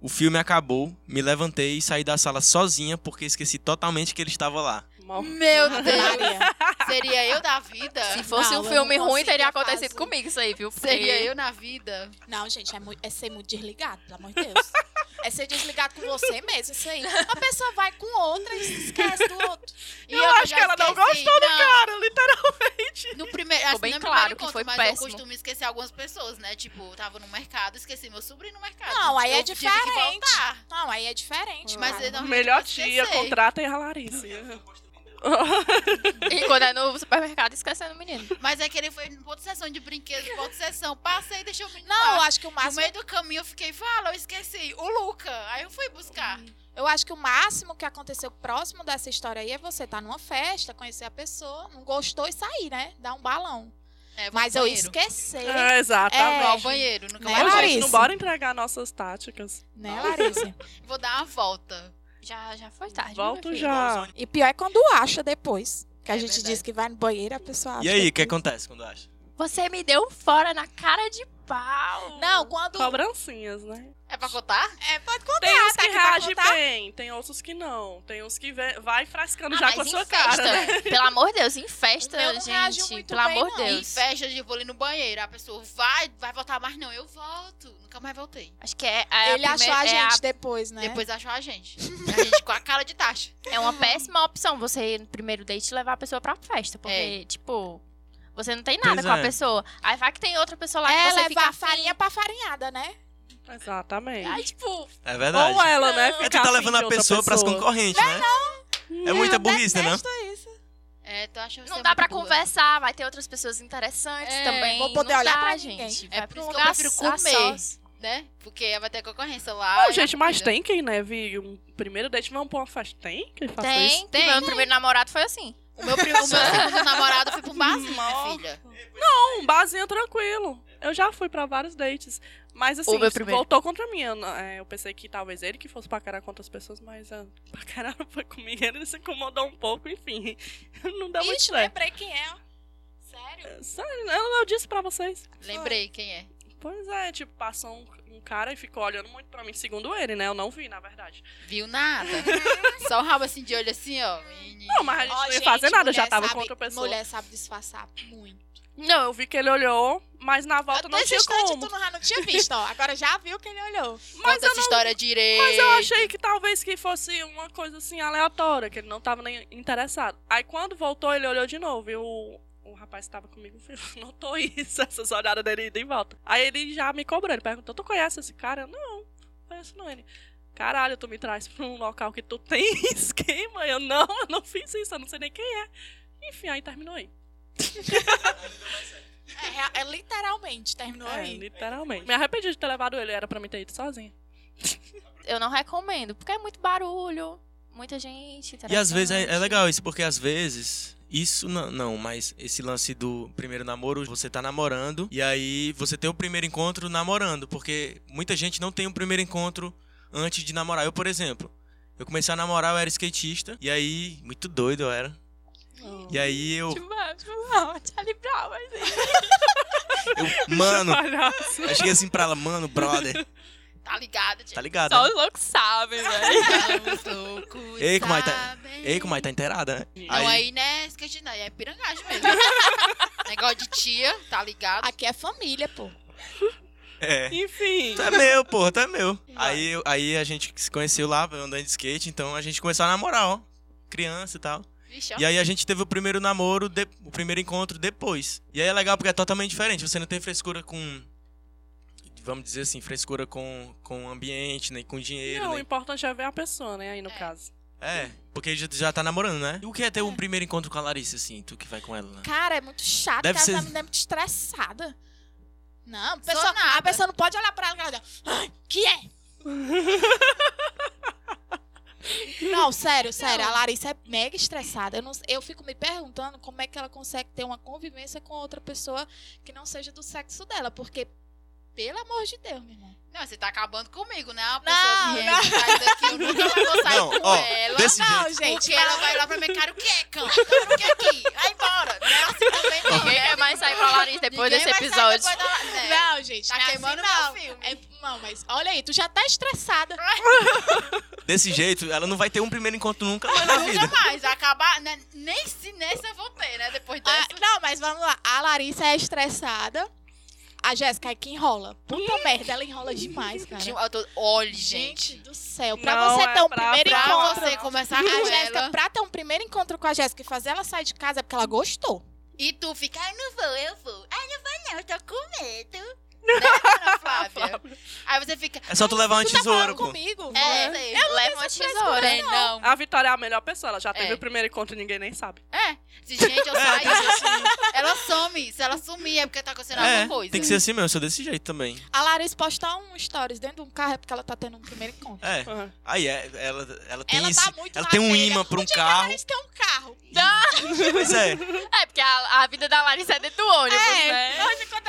Speaker 1: O filme acabou, me levantei e saí da sala sozinha porque esqueci totalmente que ele estava lá.
Speaker 5: mal-
Speaker 4: Meu Deus,
Speaker 2: Maria.
Speaker 4: seria eu da vida?
Speaker 3: Se fosse
Speaker 2: Não,
Speaker 3: um
Speaker 2: eu
Speaker 3: filme
Speaker 2: não
Speaker 3: ruim,
Speaker 2: consigo,
Speaker 3: teria
Speaker 2: eu faço.
Speaker 3: acontecido comigo isso aí, viu? Porque-
Speaker 4: Seria eu na vida?
Speaker 2: Não, gente, é, mu- é ser muito desligado, pelo amor de Deus. É ser desligado com você mesmo, isso aí. A pessoa vai com outra e se esquece do outro.
Speaker 4: E
Speaker 5: Eu
Speaker 4: já
Speaker 5: acho que ela não
Speaker 4: esqueci, não,
Speaker 5: Cara, literalmente.
Speaker 4: No primeiro, assim,
Speaker 3: bem
Speaker 4: no
Speaker 3: claro
Speaker 4: primeiro
Speaker 3: que foi
Speaker 4: encontro, mas
Speaker 3: péssimo.
Speaker 4: eu costumo esquecer algumas pessoas, né? Tipo, eu tava no mercado, esqueci meu sobrinho no mercado.
Speaker 2: Não, aí é
Speaker 4: Eu tive que
Speaker 2: diferente.
Speaker 4: voltar.
Speaker 2: Não, aí é diferente.
Speaker 4: Mas
Speaker 2: cara.
Speaker 4: eu não
Speaker 5: Melhor
Speaker 4: eu
Speaker 5: tia,
Speaker 4: esqueci.
Speaker 5: contratem a Larissa.
Speaker 1: um
Speaker 3: E quando é no supermercado, esquecendo o menino.
Speaker 4: Mas é que ele foi em outra sessão de brinquedos, pra outra sessão. Passei, deixei o menino
Speaker 2: Não, eu
Speaker 4: lá.
Speaker 2: acho que o
Speaker 4: No
Speaker 2: máximo
Speaker 4: meio do caminho eu fiquei, fala, eu esqueci. O Luca. Aí eu fui buscar.
Speaker 2: Eu acho que o máximo que aconteceu próximo tá dessa história aí é você estar numa festa, conhecer a pessoa, não gostou e sair, né? Dar um balão.
Speaker 4: É, vou
Speaker 2: Mas
Speaker 4: ao
Speaker 2: eu
Speaker 4: banheiro.
Speaker 2: esqueci.
Speaker 5: É,
Speaker 2: É.
Speaker 4: Vou
Speaker 5: exatamente.
Speaker 4: ao banheiro, nunca
Speaker 2: Não
Speaker 5: Não,
Speaker 4: mais
Speaker 2: é
Speaker 4: vou.
Speaker 5: gente,
Speaker 2: Larissa.
Speaker 5: não bora entregar nossas táticas.
Speaker 2: Né, Larissa?
Speaker 4: Vou dar uma volta.
Speaker 3: Já, já foi tarde. meu
Speaker 5: Volto
Speaker 3: filho.
Speaker 5: já.
Speaker 2: e pior é quando acha depois. Que a
Speaker 4: É
Speaker 2: gente
Speaker 4: verdade.
Speaker 2: diz que vai no banheiro, a pessoa acha.
Speaker 1: E aí, o que é
Speaker 2: depois.
Speaker 1: acontece quando acha?
Speaker 3: Você me deu um fora na cara de pau.
Speaker 2: Não, quando.
Speaker 5: Cobrancinhas, né?
Speaker 4: É pra contar?
Speaker 2: É, pode contar,
Speaker 5: Tem uns
Speaker 2: tá
Speaker 5: que
Speaker 2: aqui pra
Speaker 5: reagem
Speaker 2: contar.
Speaker 5: bem, tem outros que não. Tem uns que vê- vai frascando
Speaker 3: Ah,
Speaker 5: já
Speaker 3: mas
Speaker 5: com a
Speaker 3: em
Speaker 5: sua
Speaker 3: festa,
Speaker 5: cara, né?
Speaker 3: Pelo amor de Deus, em
Speaker 2: O meu
Speaker 3: festa,
Speaker 2: não reagiu
Speaker 3: gente.
Speaker 2: muito
Speaker 3: Pelo
Speaker 2: bem,
Speaker 3: amor de
Speaker 2: não.
Speaker 4: Em
Speaker 3: Deus.
Speaker 4: festa de vou ali no banheiro. A pessoa vai, vai voltar, mas não, eu volto. Nunca mais voltei.
Speaker 3: Acho que é, é
Speaker 2: Ele
Speaker 3: a
Speaker 2: achou
Speaker 3: primeira-
Speaker 2: a
Speaker 3: é
Speaker 2: gente depois, né?
Speaker 4: Depois achou a gente. A gente com a cara de taxa.
Speaker 3: É uma péssima opção você, no primeiro date, levar a pessoa pra festa. Porque,
Speaker 2: É.
Speaker 3: tipo, você não tem nada
Speaker 1: Pois
Speaker 3: com
Speaker 1: é.
Speaker 3: a pessoa. Aí vai que tem outra pessoa lá
Speaker 2: É
Speaker 3: que você
Speaker 2: levar
Speaker 3: fica
Speaker 2: a farinha pra farinhada, né?
Speaker 5: Exatamente.
Speaker 3: Aí, tipo,
Speaker 1: É verdade.
Speaker 5: Ou ela, né?
Speaker 3: Não.
Speaker 5: fica
Speaker 1: É tu tá
Speaker 5: afim
Speaker 1: levando
Speaker 5: de
Speaker 1: a
Speaker 5: outra
Speaker 1: pessoa pras concorrentes, né? É muita
Speaker 2: Eu
Speaker 1: burrice, né?
Speaker 2: detesto isso.
Speaker 4: É, tu acha
Speaker 3: não dá pra conversar, vai ter outras pessoas interessantes
Speaker 4: É,
Speaker 3: também.
Speaker 2: vou poder
Speaker 3: não
Speaker 2: olhar
Speaker 3: dá,
Speaker 2: pra
Speaker 3: gente.
Speaker 2: ninguém.
Speaker 4: É
Speaker 3: Vai
Speaker 4: por
Speaker 3: pra um
Speaker 4: isso que eu
Speaker 3: lugar
Speaker 4: prefiro
Speaker 3: a
Speaker 4: comer.
Speaker 3: sós.
Speaker 4: Né? Porque vai ter concorrência lá.
Speaker 5: Não,
Speaker 4: e
Speaker 5: gente, mas
Speaker 4: comida.
Speaker 5: tem quem, né? Vi um primeiro date, vamos pra uma festa. Tem quem faça isso?
Speaker 3: Tem, tem. Meu primeiro namorado foi assim.
Speaker 4: O meu, primo, o meu segundo namorado foi pra um barzinho, minha filha.
Speaker 5: Não, um barzinho tranquilo. Eu já fui pra vários dates. Mas assim,
Speaker 3: O meu primeiro.
Speaker 5: voltou contra mim. Eu, não- é, eu pensei que talvez ele que fosse pra cara contra as pessoas, mas ah, pra cara foi comigo. Ele se incomodou um pouco, enfim. Não deu Tá muito
Speaker 2: Ixi,
Speaker 5: certo.
Speaker 2: lembrei quem é. Sério?
Speaker 5: É, Sério, eu, eu disse pra vocês.
Speaker 4: Lembrei quem é.
Speaker 5: Pois é, tipo, passou um, um cara e ficou olhando muito pra mim, segundo ele, né? Eu não vi, na verdade.
Speaker 4: Viu nada. Só o rabo assim de olho assim, ó. Menino.
Speaker 5: Não, mas a gente
Speaker 2: Ó,
Speaker 5: não ia
Speaker 2: gente,
Speaker 5: fazer nada, eu já
Speaker 2: mulher
Speaker 5: tava
Speaker 2: sabe-
Speaker 5: com outra pessoa.
Speaker 2: Mulher sabe disfarçar muito.
Speaker 5: Não, eu vi que ele olhou, mas na volta não
Speaker 2: Nesse
Speaker 5: tinha
Speaker 2: instante
Speaker 5: como.
Speaker 2: tu não, não tinha visto, ó. Agora já viu que ele olhou.
Speaker 5: Mas
Speaker 4: Conta essa história direito.
Speaker 5: Mas eu achei que talvez que fosse uma coisa assim aleatória, que ele não tava nem interessado. Aí quando voltou, ele olhou de novo e o, o rapaz que tava comigo viu, notou isso, essas olhadas dele indo em volta. Aí ele já me cobrou, ele perguntou: Tu conhece esse cara? Eu, não, conheço não ele. Caralho, tu me traz pra um local que tu tem esquema. Eu não, eu não fiz isso, eu não sei nem quem é. Enfim, aí terminou aí.
Speaker 2: É, rea- é literalmente, terminou
Speaker 5: É,
Speaker 2: aí.
Speaker 5: literalmente. Me arrependi de ter levado ele, era pra mim ter ido sozinha.
Speaker 3: Eu não recomendo, porque é muito barulho, muita gente.
Speaker 1: E às vezes é, é
Speaker 3: interessante.
Speaker 1: legal isso, porque às vezes. Isso não, não, mas esse lance do primeiro namoro, você tá namorando e aí você tem o primeiro encontro namorando, porque muita gente não tem o primeiro encontro antes de namorar. Eu, por exemplo, eu comecei a namorar, eu era skatista, e aí, muito doido eu era. E aí eu,
Speaker 3: Charlie Brown, mas
Speaker 1: eu mano,
Speaker 5: Palhaço.
Speaker 1: eu cheguei assim pra ela, mano, brother,
Speaker 4: Tá ligado, gente.
Speaker 1: tá ligado?
Speaker 3: só
Speaker 1: Né?
Speaker 3: os loucos sabem, né? velho.
Speaker 4: Estamos loucos,
Speaker 1: Tá Ei, como é que tá-
Speaker 4: sabem?
Speaker 1: Ei, como é, tá inteirada, né?
Speaker 4: Não,
Speaker 1: Aí-
Speaker 4: aí né, skate não, aí é pirangagem mesmo. Negócio de tia, tá ligado?
Speaker 2: Aqui é família, pô.
Speaker 1: É.
Speaker 5: Enfim.
Speaker 1: Tu é meu, porra, tu é meu. Aí, eu- aí a gente se conheceu lá, andando de skate, então a gente começou a namorar, ó. Criança e tal.
Speaker 4: Vixe, ó.
Speaker 1: E aí a gente teve o primeiro namoro, de- o primeiro encontro depois. E aí é legal porque é totalmente diferente. Você não tem frescura com. Vamos dizer assim, frescura com, com o ambiente, nem com dinheiro.
Speaker 5: Não, o
Speaker 1: nem...
Speaker 5: importante é ver a pessoa, né? Aí no
Speaker 4: É.
Speaker 5: caso.
Speaker 1: É, porque já, já tá namorando, né? E o que é ter um primeiro encontro com a Larissa, assim, tu que vai com ela, né?
Speaker 2: Cara, é muito chato,
Speaker 1: Deve
Speaker 2: porque ela
Speaker 1: ser-
Speaker 2: tá me dando muito estressada. Não, a pessoa,
Speaker 4: nada.
Speaker 2: a pessoa não pode olhar pra ela e ela diz, "Ai, que é? não, sério, sério, a Larissa é mega estressada. Eu, não- eu fico me perguntando como é que ela consegue ter uma convivência com outra pessoa que não seja do sexo dela, porque, pelo amor de Deus, minha irmã.
Speaker 4: Não, você tá acabando comigo, né? Uma pessoa
Speaker 2: Não,
Speaker 4: que não. sai daqui, eu nunca mais vou sair
Speaker 1: Não,
Speaker 4: com
Speaker 1: ó,
Speaker 4: ela.
Speaker 1: Desse jeito.
Speaker 2: Não,
Speaker 4: Porque
Speaker 2: gente,
Speaker 4: ela vai lá pra minha cara, o que é, cão? Então não quer aqui, vai embora. Não é assim também, não.
Speaker 3: Ninguém
Speaker 4: né?
Speaker 3: quer mais sair com a Larissa depois
Speaker 4: Ninguém
Speaker 3: desse
Speaker 4: vai sair
Speaker 3: episódio.
Speaker 4: depois da La- né?
Speaker 2: Não, gente,
Speaker 4: Tá
Speaker 2: não é
Speaker 4: queimando
Speaker 2: assim, não.
Speaker 4: meu filme.
Speaker 2: É- não, mas olha aí, tu já tá estressada.
Speaker 1: Desse jeito, ela não vai ter um primeiro encontro nunca mais na
Speaker 4: Nunca
Speaker 1: vida.
Speaker 4: mais, vai acabar. né? Nem se nessa eu vou ter, né? Depois
Speaker 2: Ah,
Speaker 4: dessa.
Speaker 2: não, mas vamos lá. A Larissa é estressada. A Jéssica é que enrola. Puta merda, ela enrola demais, cara.
Speaker 4: Gente, eu tô- Olha, gente.
Speaker 2: Gente do céu. Pra
Speaker 5: Não,
Speaker 2: você
Speaker 5: é
Speaker 2: ter um
Speaker 5: pra-
Speaker 2: primeiro
Speaker 4: Pra
Speaker 2: encontro.
Speaker 4: você começar com
Speaker 2: A Jéssica,
Speaker 4: ela.
Speaker 2: pra ter um primeiro encontro com a Jéssica e fazer ela sair de casa é porque ela gostou.
Speaker 4: E tu fica, ai, não vou, eu vou. Ai, não vou não, eu tô com medo. Né, dona Flávia? Aí você fica,
Speaker 1: É só tu levar uma
Speaker 2: Tu tá
Speaker 1: tesoura,
Speaker 2: falando
Speaker 1: pô.
Speaker 2: comigo?
Speaker 4: é,
Speaker 2: né?
Speaker 4: sei.
Speaker 3: Leva uma tesoura.
Speaker 4: É, não.
Speaker 5: A Vitória é a melhor pessoa, ela já teve
Speaker 4: É.
Speaker 5: o primeiro encontro e ninguém nem sabe.
Speaker 4: É. Se, gente, eu saio, assim, ela some. Se ela sumir, é porque tá acontecendo alguma
Speaker 1: É,
Speaker 4: coisa.
Speaker 1: tem que ser assim mesmo, eu sou desse jeito também.
Speaker 2: A Larissa postar um stories dentro de um carro é porque ela tá tendo um primeiro encontro.
Speaker 1: É.
Speaker 5: Ah.
Speaker 1: Aí é, ela, ela tem
Speaker 2: Ela
Speaker 1: esse-
Speaker 2: tá muito
Speaker 1: ela tem um
Speaker 2: rasteira.
Speaker 1: imã pra um
Speaker 2: Onde é que a
Speaker 1: carro.
Speaker 2: Larissa tem um carro.
Speaker 1: Pois é.
Speaker 3: É, porque a, a vida da Larissa é dentro do ônibus,
Speaker 2: É,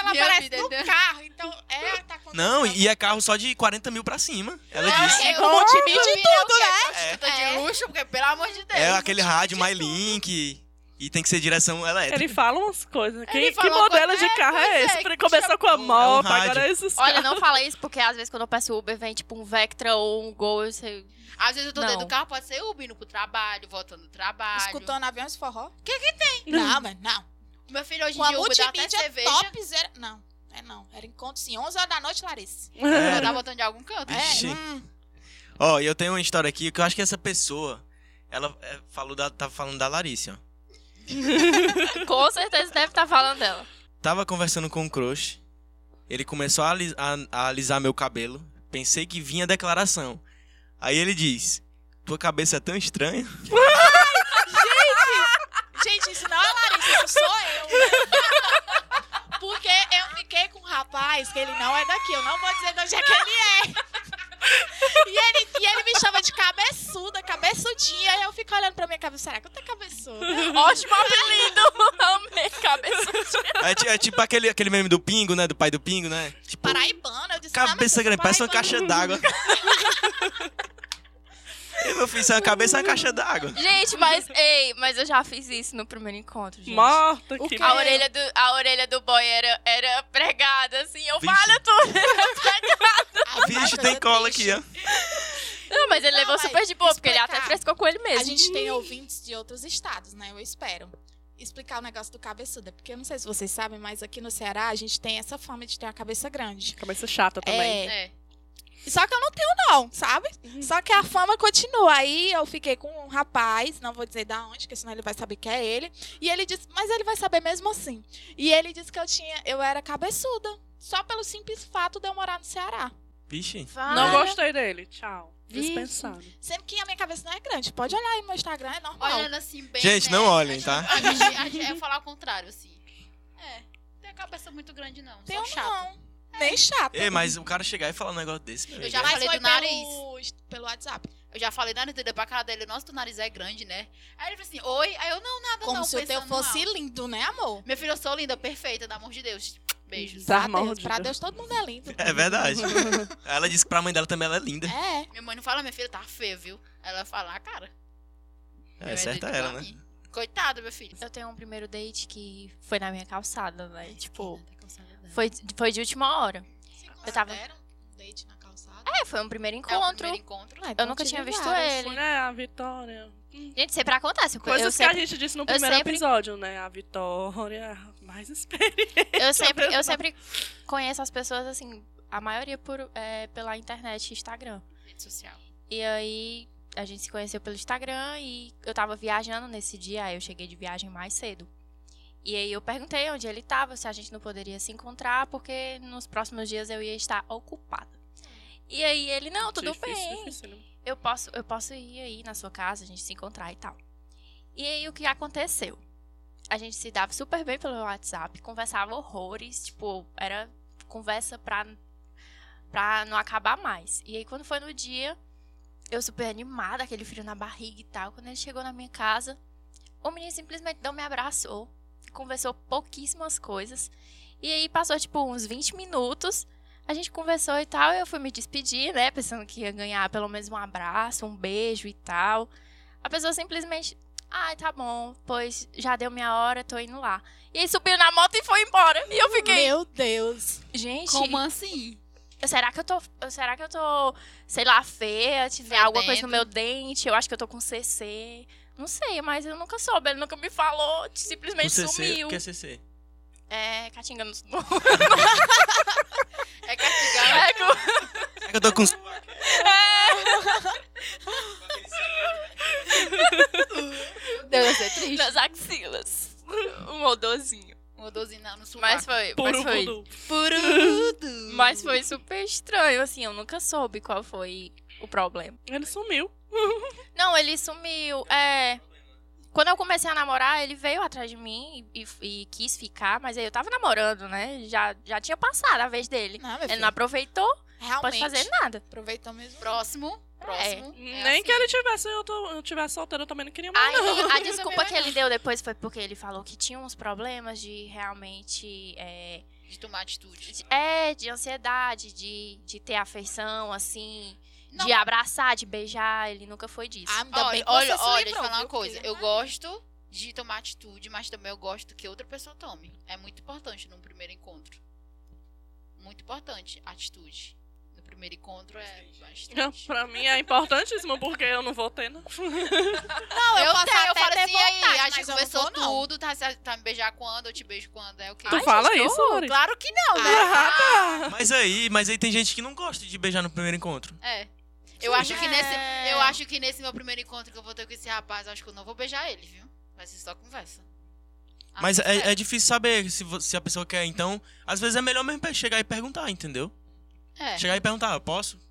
Speaker 2: aparece
Speaker 4: vida,
Speaker 2: no
Speaker 4: então.
Speaker 2: carro. Então, é, tá acontecendo.
Speaker 1: Não, e é carro só de 40 mil pra cima. Ela disse.
Speaker 2: um
Speaker 4: É,
Speaker 3: É
Speaker 4: eu
Speaker 3: com o time de
Speaker 2: né?
Speaker 4: virei o quê? Prostituta de
Speaker 2: É.
Speaker 4: luxo, porque pelo amor de Deus.
Speaker 1: É aquele rádio MyLink. E tem que ser direção elétrica.
Speaker 5: Ele fala umas coisas. Que, que
Speaker 4: falou
Speaker 5: modelo
Speaker 4: coisa-
Speaker 5: de carro é,
Speaker 4: é,
Speaker 5: esse?
Speaker 4: pois é,
Speaker 5: Começou com a
Speaker 4: que
Speaker 5: moto,
Speaker 1: rádio.
Speaker 5: agora é esses
Speaker 3: Olha, não fala isso, porque às vezes quando eu peço Uber, vem tipo um Vectra ou um Gol, eu sei.
Speaker 4: Às vezes eu tô
Speaker 3: Não.
Speaker 4: dentro do carro, pode ser Uber, indo pro trabalho, voltando do trabalho.
Speaker 2: Escutando aviões forró? O que que tem? Não, mas não.
Speaker 4: Meu filho, hoje em
Speaker 2: Com a
Speaker 4: dia Uber dá até
Speaker 2: multimídia
Speaker 4: cerveja.
Speaker 2: é top zero. Não, é não. Era encontro sim, 11 horas da noite, Larissa.
Speaker 4: Ela tá botando de algum canto.
Speaker 1: É. Ixi.
Speaker 2: hum,
Speaker 1: Ó, e eu tenho uma história aqui que eu acho que essa pessoa. Ela é, falou da, tava falando da Larissa, ó.
Speaker 3: Com certeza deve estar falando dela.
Speaker 1: Tava conversando com o crush. Ele começou a, ali- a- a alisar meu cabelo. Pensei que vinha a declaração. Aí ele diz: Tua cabeça é tão estranha.
Speaker 2: Gente, isso não é Larissa, isso sou eu. né? Porque eu fiquei com um rapaz que ele não é daqui, eu não vou dizer de onde é que ele é. E ele, e ele me chama de cabeçuda, cabeçudinha, e eu fico olhando pra minha cabeça, será que eu tô cabeçuda?
Speaker 3: Ótimo apelido! Amei, cabeça.
Speaker 1: É, ti- é tipo aquele, aquele meme do Pingo, né? Do pai do Pingo, né? Tipo,
Speaker 2: Paraibana, eu disse, não, mas eu
Speaker 1: Cabeça
Speaker 2: sou
Speaker 1: grande, parece uma
Speaker 2: paraibana.
Speaker 1: caixa d'água. Ei, meu filho, isso é uma cabeça é uma caixa d'água.
Speaker 3: Gente, mas, ei, mas eu já fiz isso no primeiro encontro, gente.
Speaker 5: Morta,
Speaker 2: O
Speaker 5: que
Speaker 2: quê?
Speaker 3: A orelha, do, a orelha do boy era, era pregada, assim, eu
Speaker 1: Vixe.
Speaker 3: falo tudo.
Speaker 2: Ai,
Speaker 1: Vixe,
Speaker 2: mas
Speaker 1: tem
Speaker 2: eu
Speaker 1: cola
Speaker 2: deixo.
Speaker 1: aqui, ó.
Speaker 3: Não, mas ele
Speaker 2: Não,
Speaker 3: levou
Speaker 2: mas
Speaker 3: super de boa, porque ele até
Speaker 2: explicar.
Speaker 3: frescou com ele mesmo.
Speaker 2: A gente tem
Speaker 3: um,
Speaker 2: ouvintes de outros estados, né? Eu espero. Explicar o negócio do cabeçuda, porque eu não sei se vocês sabem, mas aqui no Ceará a gente tem essa fama de ter a cabeça grande.
Speaker 5: Cabeça chata também.
Speaker 2: É.
Speaker 4: É.
Speaker 2: Só que eu não tenho, não, sabe? Só que a fama continua. Aí eu fiquei com um rapaz, não vou dizer da onde, porque senão ele vai saber que é ele. E ele disse, mas ele vai saber mesmo assim. E ele disse que eu tinha, eu era cabeçuda. Só pelo simples fato de eu morar no Ceará.
Speaker 1: Vixe.
Speaker 5: Não gostei dele. Tchau. Dispensado.
Speaker 2: Sendo que a minha cabeça não é grande. Pode olhar aí no meu Instagram, é normal.
Speaker 4: Olhando assim bem.
Speaker 1: Gente,
Speaker 4: né,
Speaker 1: não olhem,
Speaker 4: a gente-
Speaker 1: tá?
Speaker 4: A gente, a gente- eu ia falar o contrário, assim. É. Não tem a cabeça muito grande, não.
Speaker 2: Tem
Speaker 4: Sou
Speaker 2: um
Speaker 4: chato.
Speaker 2: não. Nem chata.
Speaker 1: Ei, mas o cara chegar e falar um negócio desse. meu
Speaker 4: Eu já
Speaker 1: Deus.
Speaker 4: falei
Speaker 2: foi
Speaker 4: do nariz.
Speaker 2: Pelo, pelo WhatsApp.
Speaker 4: Eu já falei na dele pra cara dele, nossa, teu nariz é grande, né? Aí ele falou assim, oi. Aí eu, não, nada
Speaker 2: Como
Speaker 4: não.
Speaker 2: se o teu
Speaker 4: pensando
Speaker 2: fosse
Speaker 4: alto.
Speaker 2: lindo, né, amor?
Speaker 4: Meu filho, eu sou linda, perfeita, pelo amor de Deus. Beijos.
Speaker 5: Tá.
Speaker 2: Pra Deus,
Speaker 5: maldita.
Speaker 2: pra Deus todo mundo é lindo.
Speaker 1: É verdade. Ela disse que pra mãe dela também ela é linda.
Speaker 2: É.
Speaker 4: Minha mãe não fala, minha filha tá feia, viu? Ela fala, ah, cara.
Speaker 1: É,
Speaker 4: eu
Speaker 1: certa
Speaker 4: doida
Speaker 1: era, né?
Speaker 4: pra mim. Coitado, meu filho.
Speaker 3: Eu tenho um primeiro date que foi na minha calçada, né? Tipo,
Speaker 4: Tá cansada dela.
Speaker 3: foi, foi de última hora.
Speaker 2: Eu
Speaker 3: tava-
Speaker 2: tava... um date na calçada?
Speaker 3: É, foi um primeiro
Speaker 4: É o
Speaker 3: encontro.
Speaker 4: primeiro encontro.
Speaker 2: Ah,
Speaker 3: Eu
Speaker 2: então
Speaker 3: nunca
Speaker 2: te
Speaker 3: tinha visto
Speaker 2: ligaram.
Speaker 3: ele.
Speaker 5: Mulher, a Vitória.
Speaker 3: Gente, sempre acontece. Eu, eu
Speaker 5: Coisas que
Speaker 3: sempre,
Speaker 5: a gente disse no primeiro
Speaker 3: sempre-
Speaker 5: episódio, né? A Vitória, é mais experiente.
Speaker 3: eu, sempre, eu sempre conheço as pessoas, assim, a maioria por, é, pela internet, Instagram.
Speaker 4: Rede social.
Speaker 3: E aí a gente se conheceu pelo Instagram e eu tava viajando nesse dia, aí eu cheguei de viagem mais cedo. E aí eu perguntei onde ele tava, se a gente não poderia se encontrar, porque nos próximos dias eu ia estar ocupada. E aí ele, não, tudo bem.
Speaker 5: né?
Speaker 3: Eu posso, eu posso ir aí na sua casa, a gente se encontrar e tal. E aí o que aconteceu? A gente se dava super bem pelo WhatsApp, conversava horrores, tipo, era conversa pra, pra não acabar mais. E aí quando foi no dia, eu super animada, aquele frio na barriga e tal. Quando ele chegou na minha casa, o menino simplesmente não me abraçou, conversou pouquíssimas coisas. E aí passou, tipo, uns 20 minutos a gente conversou e tal, eu fui me despedir, né? Pensando que ia ganhar pelo menos um abraço, um beijo e tal. A pessoa simplesmente, ai, tá bom, pois já deu minha hora, tô indo lá. E aí subiu na moto e foi embora. E eu fiquei,
Speaker 2: Meu Deus.
Speaker 3: gente,
Speaker 4: Como assim?
Speaker 3: será que eu tô, será que eu tô, sei lá, feia? Tiver alguma coisa no meu dente? Eu acho que eu tô com CC. Não sei, mas eu nunca soube, ele nunca me falou, simplesmente
Speaker 1: O CC,
Speaker 3: sumiu.
Speaker 1: o que é CC?
Speaker 3: É, catinga no...
Speaker 4: É castigado.
Speaker 3: É, com-
Speaker 1: É que eu tô com.
Speaker 4: Deus, é triste.
Speaker 3: nas axilas. Um odorzinho.
Speaker 4: Um dozinho não, no sovaco.
Speaker 3: Mas foi, mas
Speaker 5: Puro
Speaker 3: foi.
Speaker 5: voodoo.
Speaker 4: Purudo.
Speaker 3: Mas foi super estranho, assim, eu nunca soube qual foi o problema.
Speaker 5: Ele sumiu.
Speaker 3: Não, ele sumiu. É. Quando eu comecei a namorar, ele veio atrás de mim e, e- e quis ficar, mas aí eu tava namorando, né? Já, já tinha passado a vez dele.
Speaker 2: Não, meu
Speaker 3: Ele
Speaker 2: filho,
Speaker 3: não aproveitou,
Speaker 2: realmente.
Speaker 4: né?
Speaker 3: pode fazer nada.
Speaker 2: Aproveitou mesmo.
Speaker 4: Próximo. próximo. É
Speaker 5: Nem
Speaker 4: assim.
Speaker 5: que ele tivesse, eu, tô, eu tivesse solteiro, eu também não queria mais,
Speaker 3: Aí,
Speaker 5: não.
Speaker 3: a desculpa
Speaker 4: também
Speaker 3: que ele deu depois foi porque ele falou que tinha uns problemas de realmente. É,
Speaker 4: De tomar atitude.
Speaker 3: de, é, de ansiedade, de, de ter afeição, assim.
Speaker 4: Não,
Speaker 3: De abraçar, de beijar. Ele nunca foi disso.
Speaker 2: Ah, ainda bem
Speaker 4: olha,
Speaker 2: que você
Speaker 4: olha,
Speaker 2: se
Speaker 4: olha, deixa eu
Speaker 2: livrou,
Speaker 4: falar
Speaker 2: viu?
Speaker 4: uma coisa.
Speaker 2: Porque-
Speaker 4: Eu gosto de tomar atitude, mas também eu gosto que outra pessoa tome. É muito importante num primeiro encontro. Muito importante a atitude. No primeiro encontro é bastante.
Speaker 5: pra mim é importantíssimo, porque eu não vou ter, não.
Speaker 2: Não, eu, posso
Speaker 4: tenho,
Speaker 2: até
Speaker 4: falo
Speaker 2: ter
Speaker 4: assim,
Speaker 2: vontade,
Speaker 4: aí, a
Speaker 2: mas
Speaker 4: gente
Speaker 2: eu não
Speaker 4: conversou
Speaker 2: vou, não.
Speaker 4: tudo, tá, tá me beijar quando, eu te beijo quando, é o quê?
Speaker 5: Tu
Speaker 4: Ai,
Speaker 5: fala
Speaker 4: gente,
Speaker 3: uh,
Speaker 5: isso,
Speaker 4: não,
Speaker 5: Lori?
Speaker 4: Claro que não, né?
Speaker 5: Ah,
Speaker 1: Mas aí, mas aí tem gente que não gosta de beijar no primeiro encontro.
Speaker 4: É. Eu acho que
Speaker 3: É.
Speaker 4: nesse, eu acho que nesse meu primeiro encontro que eu vou ter com esse rapaz, eu acho que eu não vou beijar ele, viu? Vai ser só conversa. Ah,
Speaker 1: Mas
Speaker 4: sério.
Speaker 1: é, é difícil saber se, vo- se a pessoa quer. Então, às vezes é melhor mesmo pe- chegar e perguntar, entendeu?
Speaker 4: É.
Speaker 1: Chegar e perguntar, "Ah, eu posso?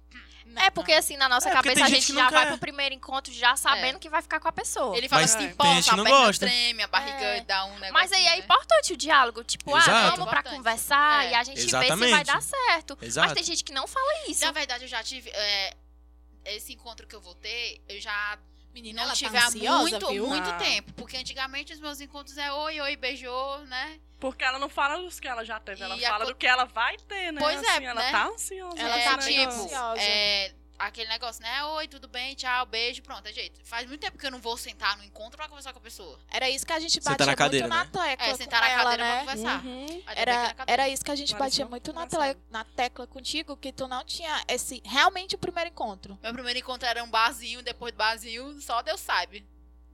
Speaker 3: É porque assim, na nossa
Speaker 1: É, porque
Speaker 3: cabeça a
Speaker 1: tem gente que
Speaker 3: gente
Speaker 1: não
Speaker 3: já vai
Speaker 1: quer.
Speaker 3: pro primeiro encontro já sabendo que vai ficar com a pessoa.
Speaker 4: Ele fala
Speaker 1: Mas
Speaker 4: assim,
Speaker 5: tem
Speaker 4: pô,
Speaker 1: gente
Speaker 4: a
Speaker 1: que não
Speaker 4: perna
Speaker 1: gosta.
Speaker 4: treme, a barriga
Speaker 3: É.
Speaker 4: dá um negócio.
Speaker 3: Mas aí é
Speaker 4: né?
Speaker 3: importante o diálogo, tipo, ah,
Speaker 1: Exato.
Speaker 3: vamos pra
Speaker 4: Importante.
Speaker 3: conversar
Speaker 4: É.
Speaker 3: e a gente vê se vai
Speaker 1: Exatamente.
Speaker 3: dar certo. Mas
Speaker 1: Exato.
Speaker 3: tem gente que não fala isso.
Speaker 4: Na verdade, eu já tive. é, esse encontro que eu vou ter, eu já
Speaker 2: Menina,
Speaker 4: não
Speaker 2: ela
Speaker 4: tive
Speaker 2: tá ansiosa,
Speaker 4: há muito,
Speaker 2: viu?
Speaker 4: muito
Speaker 5: Ah.
Speaker 4: tempo. Porque antigamente os meus encontros é oi, oi, beijou, né?
Speaker 5: Porque ela não fala dos que ela já teve, ela
Speaker 4: E a
Speaker 5: fala
Speaker 4: co-
Speaker 5: do que ela vai ter, né?
Speaker 4: Pois é,
Speaker 5: assim, ela
Speaker 4: né?
Speaker 5: tá ansiosa.
Speaker 2: Ela
Speaker 5: com
Speaker 4: é,
Speaker 5: esse
Speaker 2: tá
Speaker 5: negócio.
Speaker 4: tipo,
Speaker 2: ansiosa.
Speaker 4: é, aquele negócio, né? Oi, tudo bem, tchau, beijo, pronto, é jeito. Faz muito tempo que eu não vou sentar no encontro pra conversar com a pessoa.
Speaker 2: Era isso que a gente
Speaker 1: Sentar
Speaker 2: batia
Speaker 1: na cadeira,
Speaker 2: muito na
Speaker 1: né?
Speaker 2: tecla
Speaker 4: É,
Speaker 2: com
Speaker 4: sentar na
Speaker 2: ela,
Speaker 4: cadeira pra
Speaker 2: né?
Speaker 4: conversar.
Speaker 5: Uhum.
Speaker 4: Ainda bem que
Speaker 2: Era,
Speaker 4: na cadeira.
Speaker 2: era isso que a gente
Speaker 5: Parece
Speaker 2: batia
Speaker 5: uma
Speaker 2: muito na,
Speaker 5: conversa.
Speaker 2: tele- na tecla contigo, que tu não tinha esse realmente o primeiro encontro.
Speaker 4: Meu primeiro encontro era um barzinho, depois do barzinho, só Deus sabe.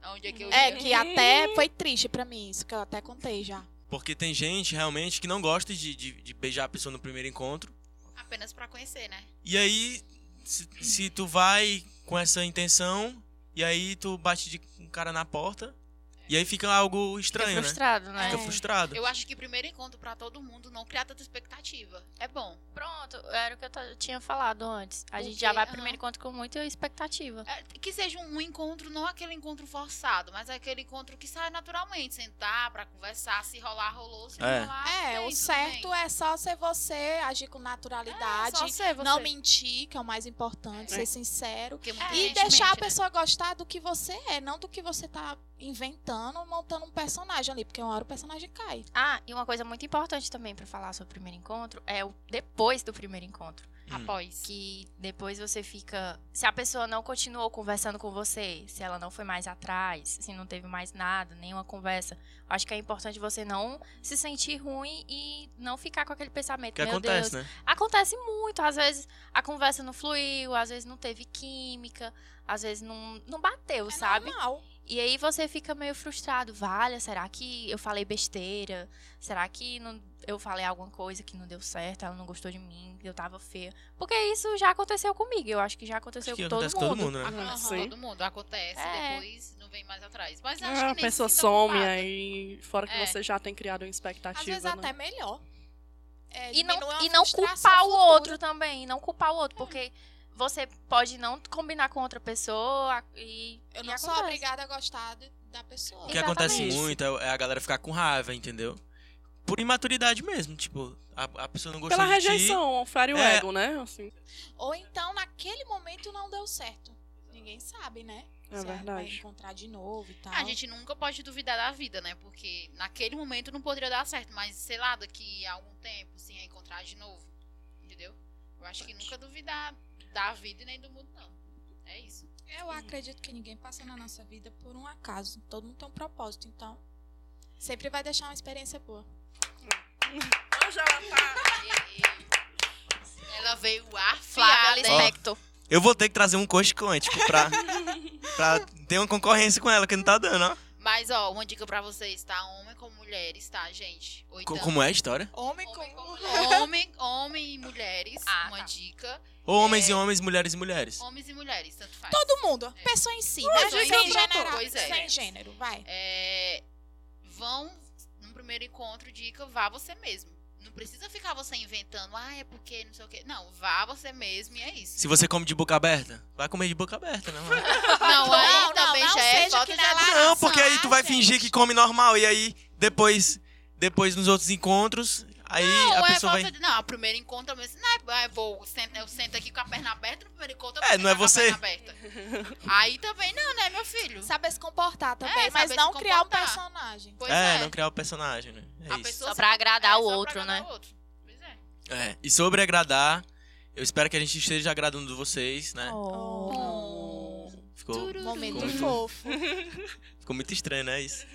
Speaker 4: Onde é que eu
Speaker 2: É,
Speaker 4: ia.
Speaker 2: que até foi triste pra mim isso, que eu até contei já.
Speaker 1: Porque tem gente realmente que não gosta de, de, de beijar a pessoa no primeiro encontro.
Speaker 4: Apenas pra conhecer, né?
Speaker 1: E aí, se, se tu vai com essa intenção, e aí tu bate de um cara na porta, e aí fica algo
Speaker 3: Fica
Speaker 1: estranho, né?
Speaker 3: frustrado, né?
Speaker 1: Fica frustrado.
Speaker 4: Eu acho que primeiro encontro pra todo mundo não criar tanta expectativa. É bom.
Speaker 3: Pronto, era o que eu, to- eu tinha falado antes. A gente
Speaker 4: Porque,
Speaker 3: já vai
Speaker 4: aham.
Speaker 3: pro primeiro encontro com muita expectativa.
Speaker 4: É, que seja um, um encontro, não aquele encontro forçado, mas aquele encontro que sai naturalmente. Sentar pra conversar, se rolar, rolou, se não
Speaker 1: É.
Speaker 4: rolar.
Speaker 2: É, o certo é só ser você, agir com
Speaker 4: É,
Speaker 2: naturalidade, não mentir, que é o mais importante,
Speaker 5: É.
Speaker 2: ser sincero.
Speaker 4: Porque
Speaker 3: É,
Speaker 2: E
Speaker 4: gente
Speaker 2: deixar a
Speaker 4: mente, né?
Speaker 2: pessoa gostar do que você é, não do que você tá inventando, montando um personagem ali, porque uma hora o personagem cai.
Speaker 3: Ah, e uma coisa muito importante também pra falar sobre o primeiro encontro é o depois do primeiro encontro.
Speaker 1: Hum.
Speaker 4: Após.
Speaker 3: Que depois você fica. Se a pessoa não continuou conversando com você, se ela não foi mais atrás, se não teve mais nada, nenhuma conversa, acho que é importante você não se sentir ruim e não ficar com aquele pensamento.
Speaker 1: que
Speaker 3: Meu Deus,
Speaker 1: acontece, né?
Speaker 3: Acontece muito, às vezes a conversa não fluiu, às vezes não teve química, às vezes não, não bateu,
Speaker 2: É
Speaker 3: sabe?
Speaker 2: normal.
Speaker 3: E aí você fica meio frustrado, vale, será que eu falei besteira? Será que não- eu falei alguma coisa que não deu certo, ela não gostou de mim, eu tava feia? Porque isso já aconteceu comigo, eu acho que já aconteceu
Speaker 1: Acho que
Speaker 3: com todo
Speaker 1: acontece
Speaker 3: mundo.
Speaker 1: com todo mundo, né?
Speaker 5: Ah,
Speaker 4: Acontece com
Speaker 5: sim.
Speaker 4: todo mundo. Acontece,
Speaker 3: É.
Speaker 4: depois não vem mais atrás. Mas acho que
Speaker 5: Ah, a
Speaker 4: nem se
Speaker 5: pessoa
Speaker 4: sinta
Speaker 5: some
Speaker 4: culpada.
Speaker 5: aí, fora que
Speaker 4: É.
Speaker 5: você já tem criado uma expectativa.
Speaker 2: Às vezes
Speaker 5: né?
Speaker 2: até melhor. É,
Speaker 3: E não,
Speaker 2: diminui a
Speaker 3: e não
Speaker 2: frustração
Speaker 3: culpar o
Speaker 2: futura.
Speaker 3: outro também, e não culpar o outro, porque você pode não combinar com outra pessoa e.
Speaker 2: Eu
Speaker 3: e
Speaker 2: não sou
Speaker 3: acontece.
Speaker 2: obrigada a gostar de- da pessoa.
Speaker 1: O que
Speaker 3: Exatamente.
Speaker 1: acontece muito é é a galera ficar com raiva, entendeu? Por imaturidade mesmo, tipo, a, a pessoa não gostou
Speaker 5: Pela
Speaker 1: de ti.
Speaker 5: rejeição, fere o
Speaker 1: É.
Speaker 5: ego, né? Assim,
Speaker 2: Ou então, naquele momento, não deu certo. Ninguém sabe, né?
Speaker 5: É
Speaker 2: Se Vai
Speaker 5: verdade.
Speaker 2: encontrar de novo e tal.
Speaker 4: A gente nunca pode duvidar da vida, né? Porque naquele momento não poderia dar certo, mas sei lá, daqui a algum tempo se reencontrar de novo. Entendeu? Eu acho que nunca duvidar da vida e nem do mundo, não. É isso.
Speaker 2: Eu acredito que ninguém passa na nossa vida por um acaso. Todo mundo tem um propósito, então... Sempre vai deixar uma experiência boa.
Speaker 5: já tá...
Speaker 4: E- e- Ela veio
Speaker 3: Flávia
Speaker 2: né?
Speaker 4: afiada. hein?
Speaker 3: Lispector.
Speaker 1: Eu vou ter que trazer um coach quântico pra, pra ter uma concorrência com ela, que não tá dando, ó.
Speaker 4: Mas, ó, uma dica pra vocês, tá? Homem com mulheres, tá, gente? Ou
Speaker 1: Co-
Speaker 4: então,
Speaker 1: Como é a história?
Speaker 2: Homem com...
Speaker 4: Homem, com homem, homem e mulheres,
Speaker 3: Ah,
Speaker 4: uma
Speaker 3: tá.
Speaker 4: dica.
Speaker 1: Ou homens
Speaker 4: É.
Speaker 1: e homens, mulheres e mulheres.
Speaker 4: Homens e mulheres, tanto faz.
Speaker 2: Todo
Speaker 4: É.
Speaker 2: mundo. Pessoa em si, né?
Speaker 4: gente,
Speaker 2: Sem
Speaker 4: eu
Speaker 2: gênero.
Speaker 4: tratou, pois é.
Speaker 2: Sem gênero, vai.
Speaker 4: é, vão num primeiro encontro, dica, vá você mesmo. Não precisa ficar você inventando, ah, é porque não sei o quê. Não, vá você mesmo e é isso.
Speaker 1: Se você come de boca aberta, vai comer de boca aberta, né? mano?
Speaker 4: Não, aí
Speaker 2: Não, não,
Speaker 4: também
Speaker 2: não
Speaker 4: já é
Speaker 2: seja
Speaker 4: falta
Speaker 2: que
Speaker 4: de
Speaker 2: nem
Speaker 4: educação.
Speaker 2: lá.
Speaker 1: Não, porque aí tu vai
Speaker 2: gente.
Speaker 1: fingir que come normal e aí depois depois nos outros encontros Aí
Speaker 4: Não,
Speaker 1: a
Speaker 4: é
Speaker 1: pessoa
Speaker 4: falta
Speaker 1: vai.
Speaker 4: de... Não, o primeiro encontro mesmo. Não é, ah, eu vou, sento, eu sento aqui com a perna aberta, no primeiro encontro eu vou
Speaker 1: É, não é
Speaker 4: sentar com a
Speaker 1: você.
Speaker 4: perna aberta. Aí também não, né, meu filho?
Speaker 2: Saber se comportar também,
Speaker 4: É,
Speaker 2: mas
Speaker 4: saber
Speaker 2: não
Speaker 4: se
Speaker 2: criar um
Speaker 4: comportar.
Speaker 2: personagem.
Speaker 4: Pois
Speaker 1: É,
Speaker 4: é.
Speaker 1: não criar o personagem, né? É
Speaker 4: A
Speaker 1: isso.
Speaker 4: pessoa
Speaker 3: Só
Speaker 4: se-
Speaker 3: pra agradar o
Speaker 4: só pra
Speaker 3: outro,
Speaker 4: agradar
Speaker 3: né?
Speaker 4: o outro. Pois é.
Speaker 1: É, E sobre agradar, eu espero que a gente esteja agradando vocês, né?
Speaker 2: Oh.
Speaker 1: Ficou,
Speaker 2: Momento
Speaker 1: Como?
Speaker 2: fofo.
Speaker 1: ficou muito estranho, né? Isso.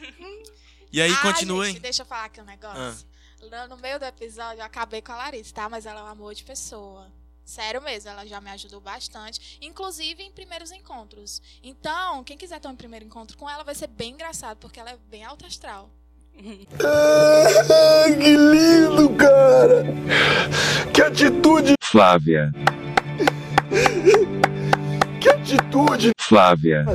Speaker 1: E aí, Ah.
Speaker 2: Ah,
Speaker 1: continuem.
Speaker 2: gente, deixa eu falar aqui um negócio. Lá No meio do episódio, eu acabei com a Larissa, tá? Mas ela é um amor de pessoa. Sério mesmo, ela já me ajudou bastante, inclusive em primeiros encontros. Então, quem quiser ter um primeiro encontro com ela vai ser bem engraçado, porque ela é bem alta astral.
Speaker 6: Ah, que lindo, cara! Que atitude,
Speaker 7: Flávia,
Speaker 6: que atitude!
Speaker 7: Flávia,
Speaker 4: tá-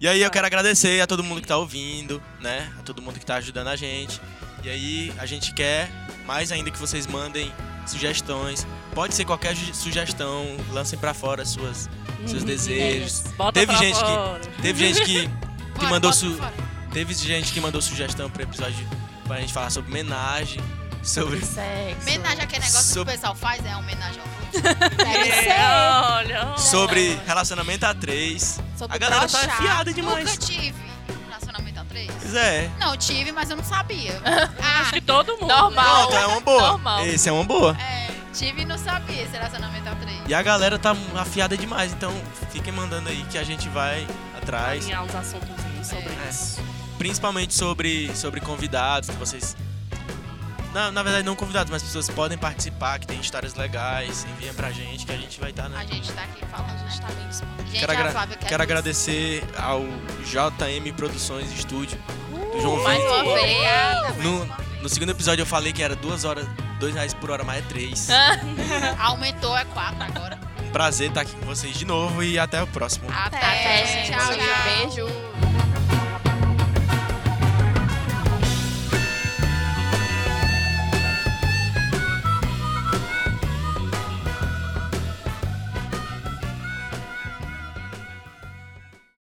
Speaker 1: E aí
Speaker 3: Ah.
Speaker 1: eu quero agradecer a todo mundo que tá ouvindo, né? A todo mundo que tá ajudando a gente. E aí a gente quer mais ainda que vocês mandem sugestões. Pode ser qualquer ju- sugestão, lancem pra fora suas
Speaker 3: Uhum.
Speaker 1: seus desejos.
Speaker 5: Bota
Speaker 1: Teve
Speaker 5: pra
Speaker 1: gente que-
Speaker 5: fora.
Speaker 1: Teve gente que que
Speaker 4: Bora,
Speaker 1: mandou
Speaker 4: bota
Speaker 1: su-
Speaker 4: pra fora.
Speaker 1: teve gente que mandou sugestão pro episódio pra gente falar sobre homenagem, sobre
Speaker 3: Sexo.
Speaker 4: Homenagem
Speaker 2: é
Speaker 4: aquele negócio
Speaker 1: Sob-
Speaker 4: que o pessoal faz, é homenagem ao outro.
Speaker 2: Deve
Speaker 5: É,
Speaker 2: ser.
Speaker 5: olha, olha.
Speaker 1: sobre relacionamento a três.
Speaker 2: Sobre
Speaker 1: A galera tá
Speaker 2: brochar.
Speaker 1: afiada demais.
Speaker 4: Nunca tive relacionamento a três.
Speaker 1: Pois é.
Speaker 4: Não, tive, mas eu não sabia.
Speaker 5: Acho
Speaker 4: Ah,
Speaker 5: que todo mundo. né,
Speaker 3: Normal.
Speaker 1: Pronto, é uma boa.
Speaker 3: Normal.
Speaker 1: Esse é uma boa.
Speaker 4: é, tive e não sabia esse relacionamento a três.
Speaker 1: E a galera tá afiada demais, então fiquem mandando aí que a gente vai atrás.
Speaker 5: Alinhar uns assuntos sobre
Speaker 1: É.
Speaker 5: isso.
Speaker 1: Principalmente sobre, sobre convidados que vocês. Na, na verdade, não convidados, mas pessoas que podem participar, que tem histórias legais, enviem pra gente que a gente vai estar, tá,
Speaker 4: A
Speaker 1: né?
Speaker 4: gente tá aqui
Speaker 2: A
Speaker 4: falando,
Speaker 2: gente
Speaker 4: né?
Speaker 2: tá bem disponível.
Speaker 4: Gente,
Speaker 1: Quero agra-
Speaker 4: a Flávia quer
Speaker 1: Quero
Speaker 4: dizer-
Speaker 1: agradecer ao JM Produções Estúdio do João
Speaker 3: Uhum. Mais
Speaker 1: Vitor.
Speaker 3: uma vez.
Speaker 1: No, no segundo episódio eu falei que era duas horas, dois reais por hora, mas é três.
Speaker 3: Ah.
Speaker 4: Aumentou, é quatro agora.
Speaker 1: Um prazer estar aqui com vocês de novo e até o próximo.
Speaker 4: Até,
Speaker 3: Até, gente.
Speaker 4: Tchau, tchau.
Speaker 3: Beijo.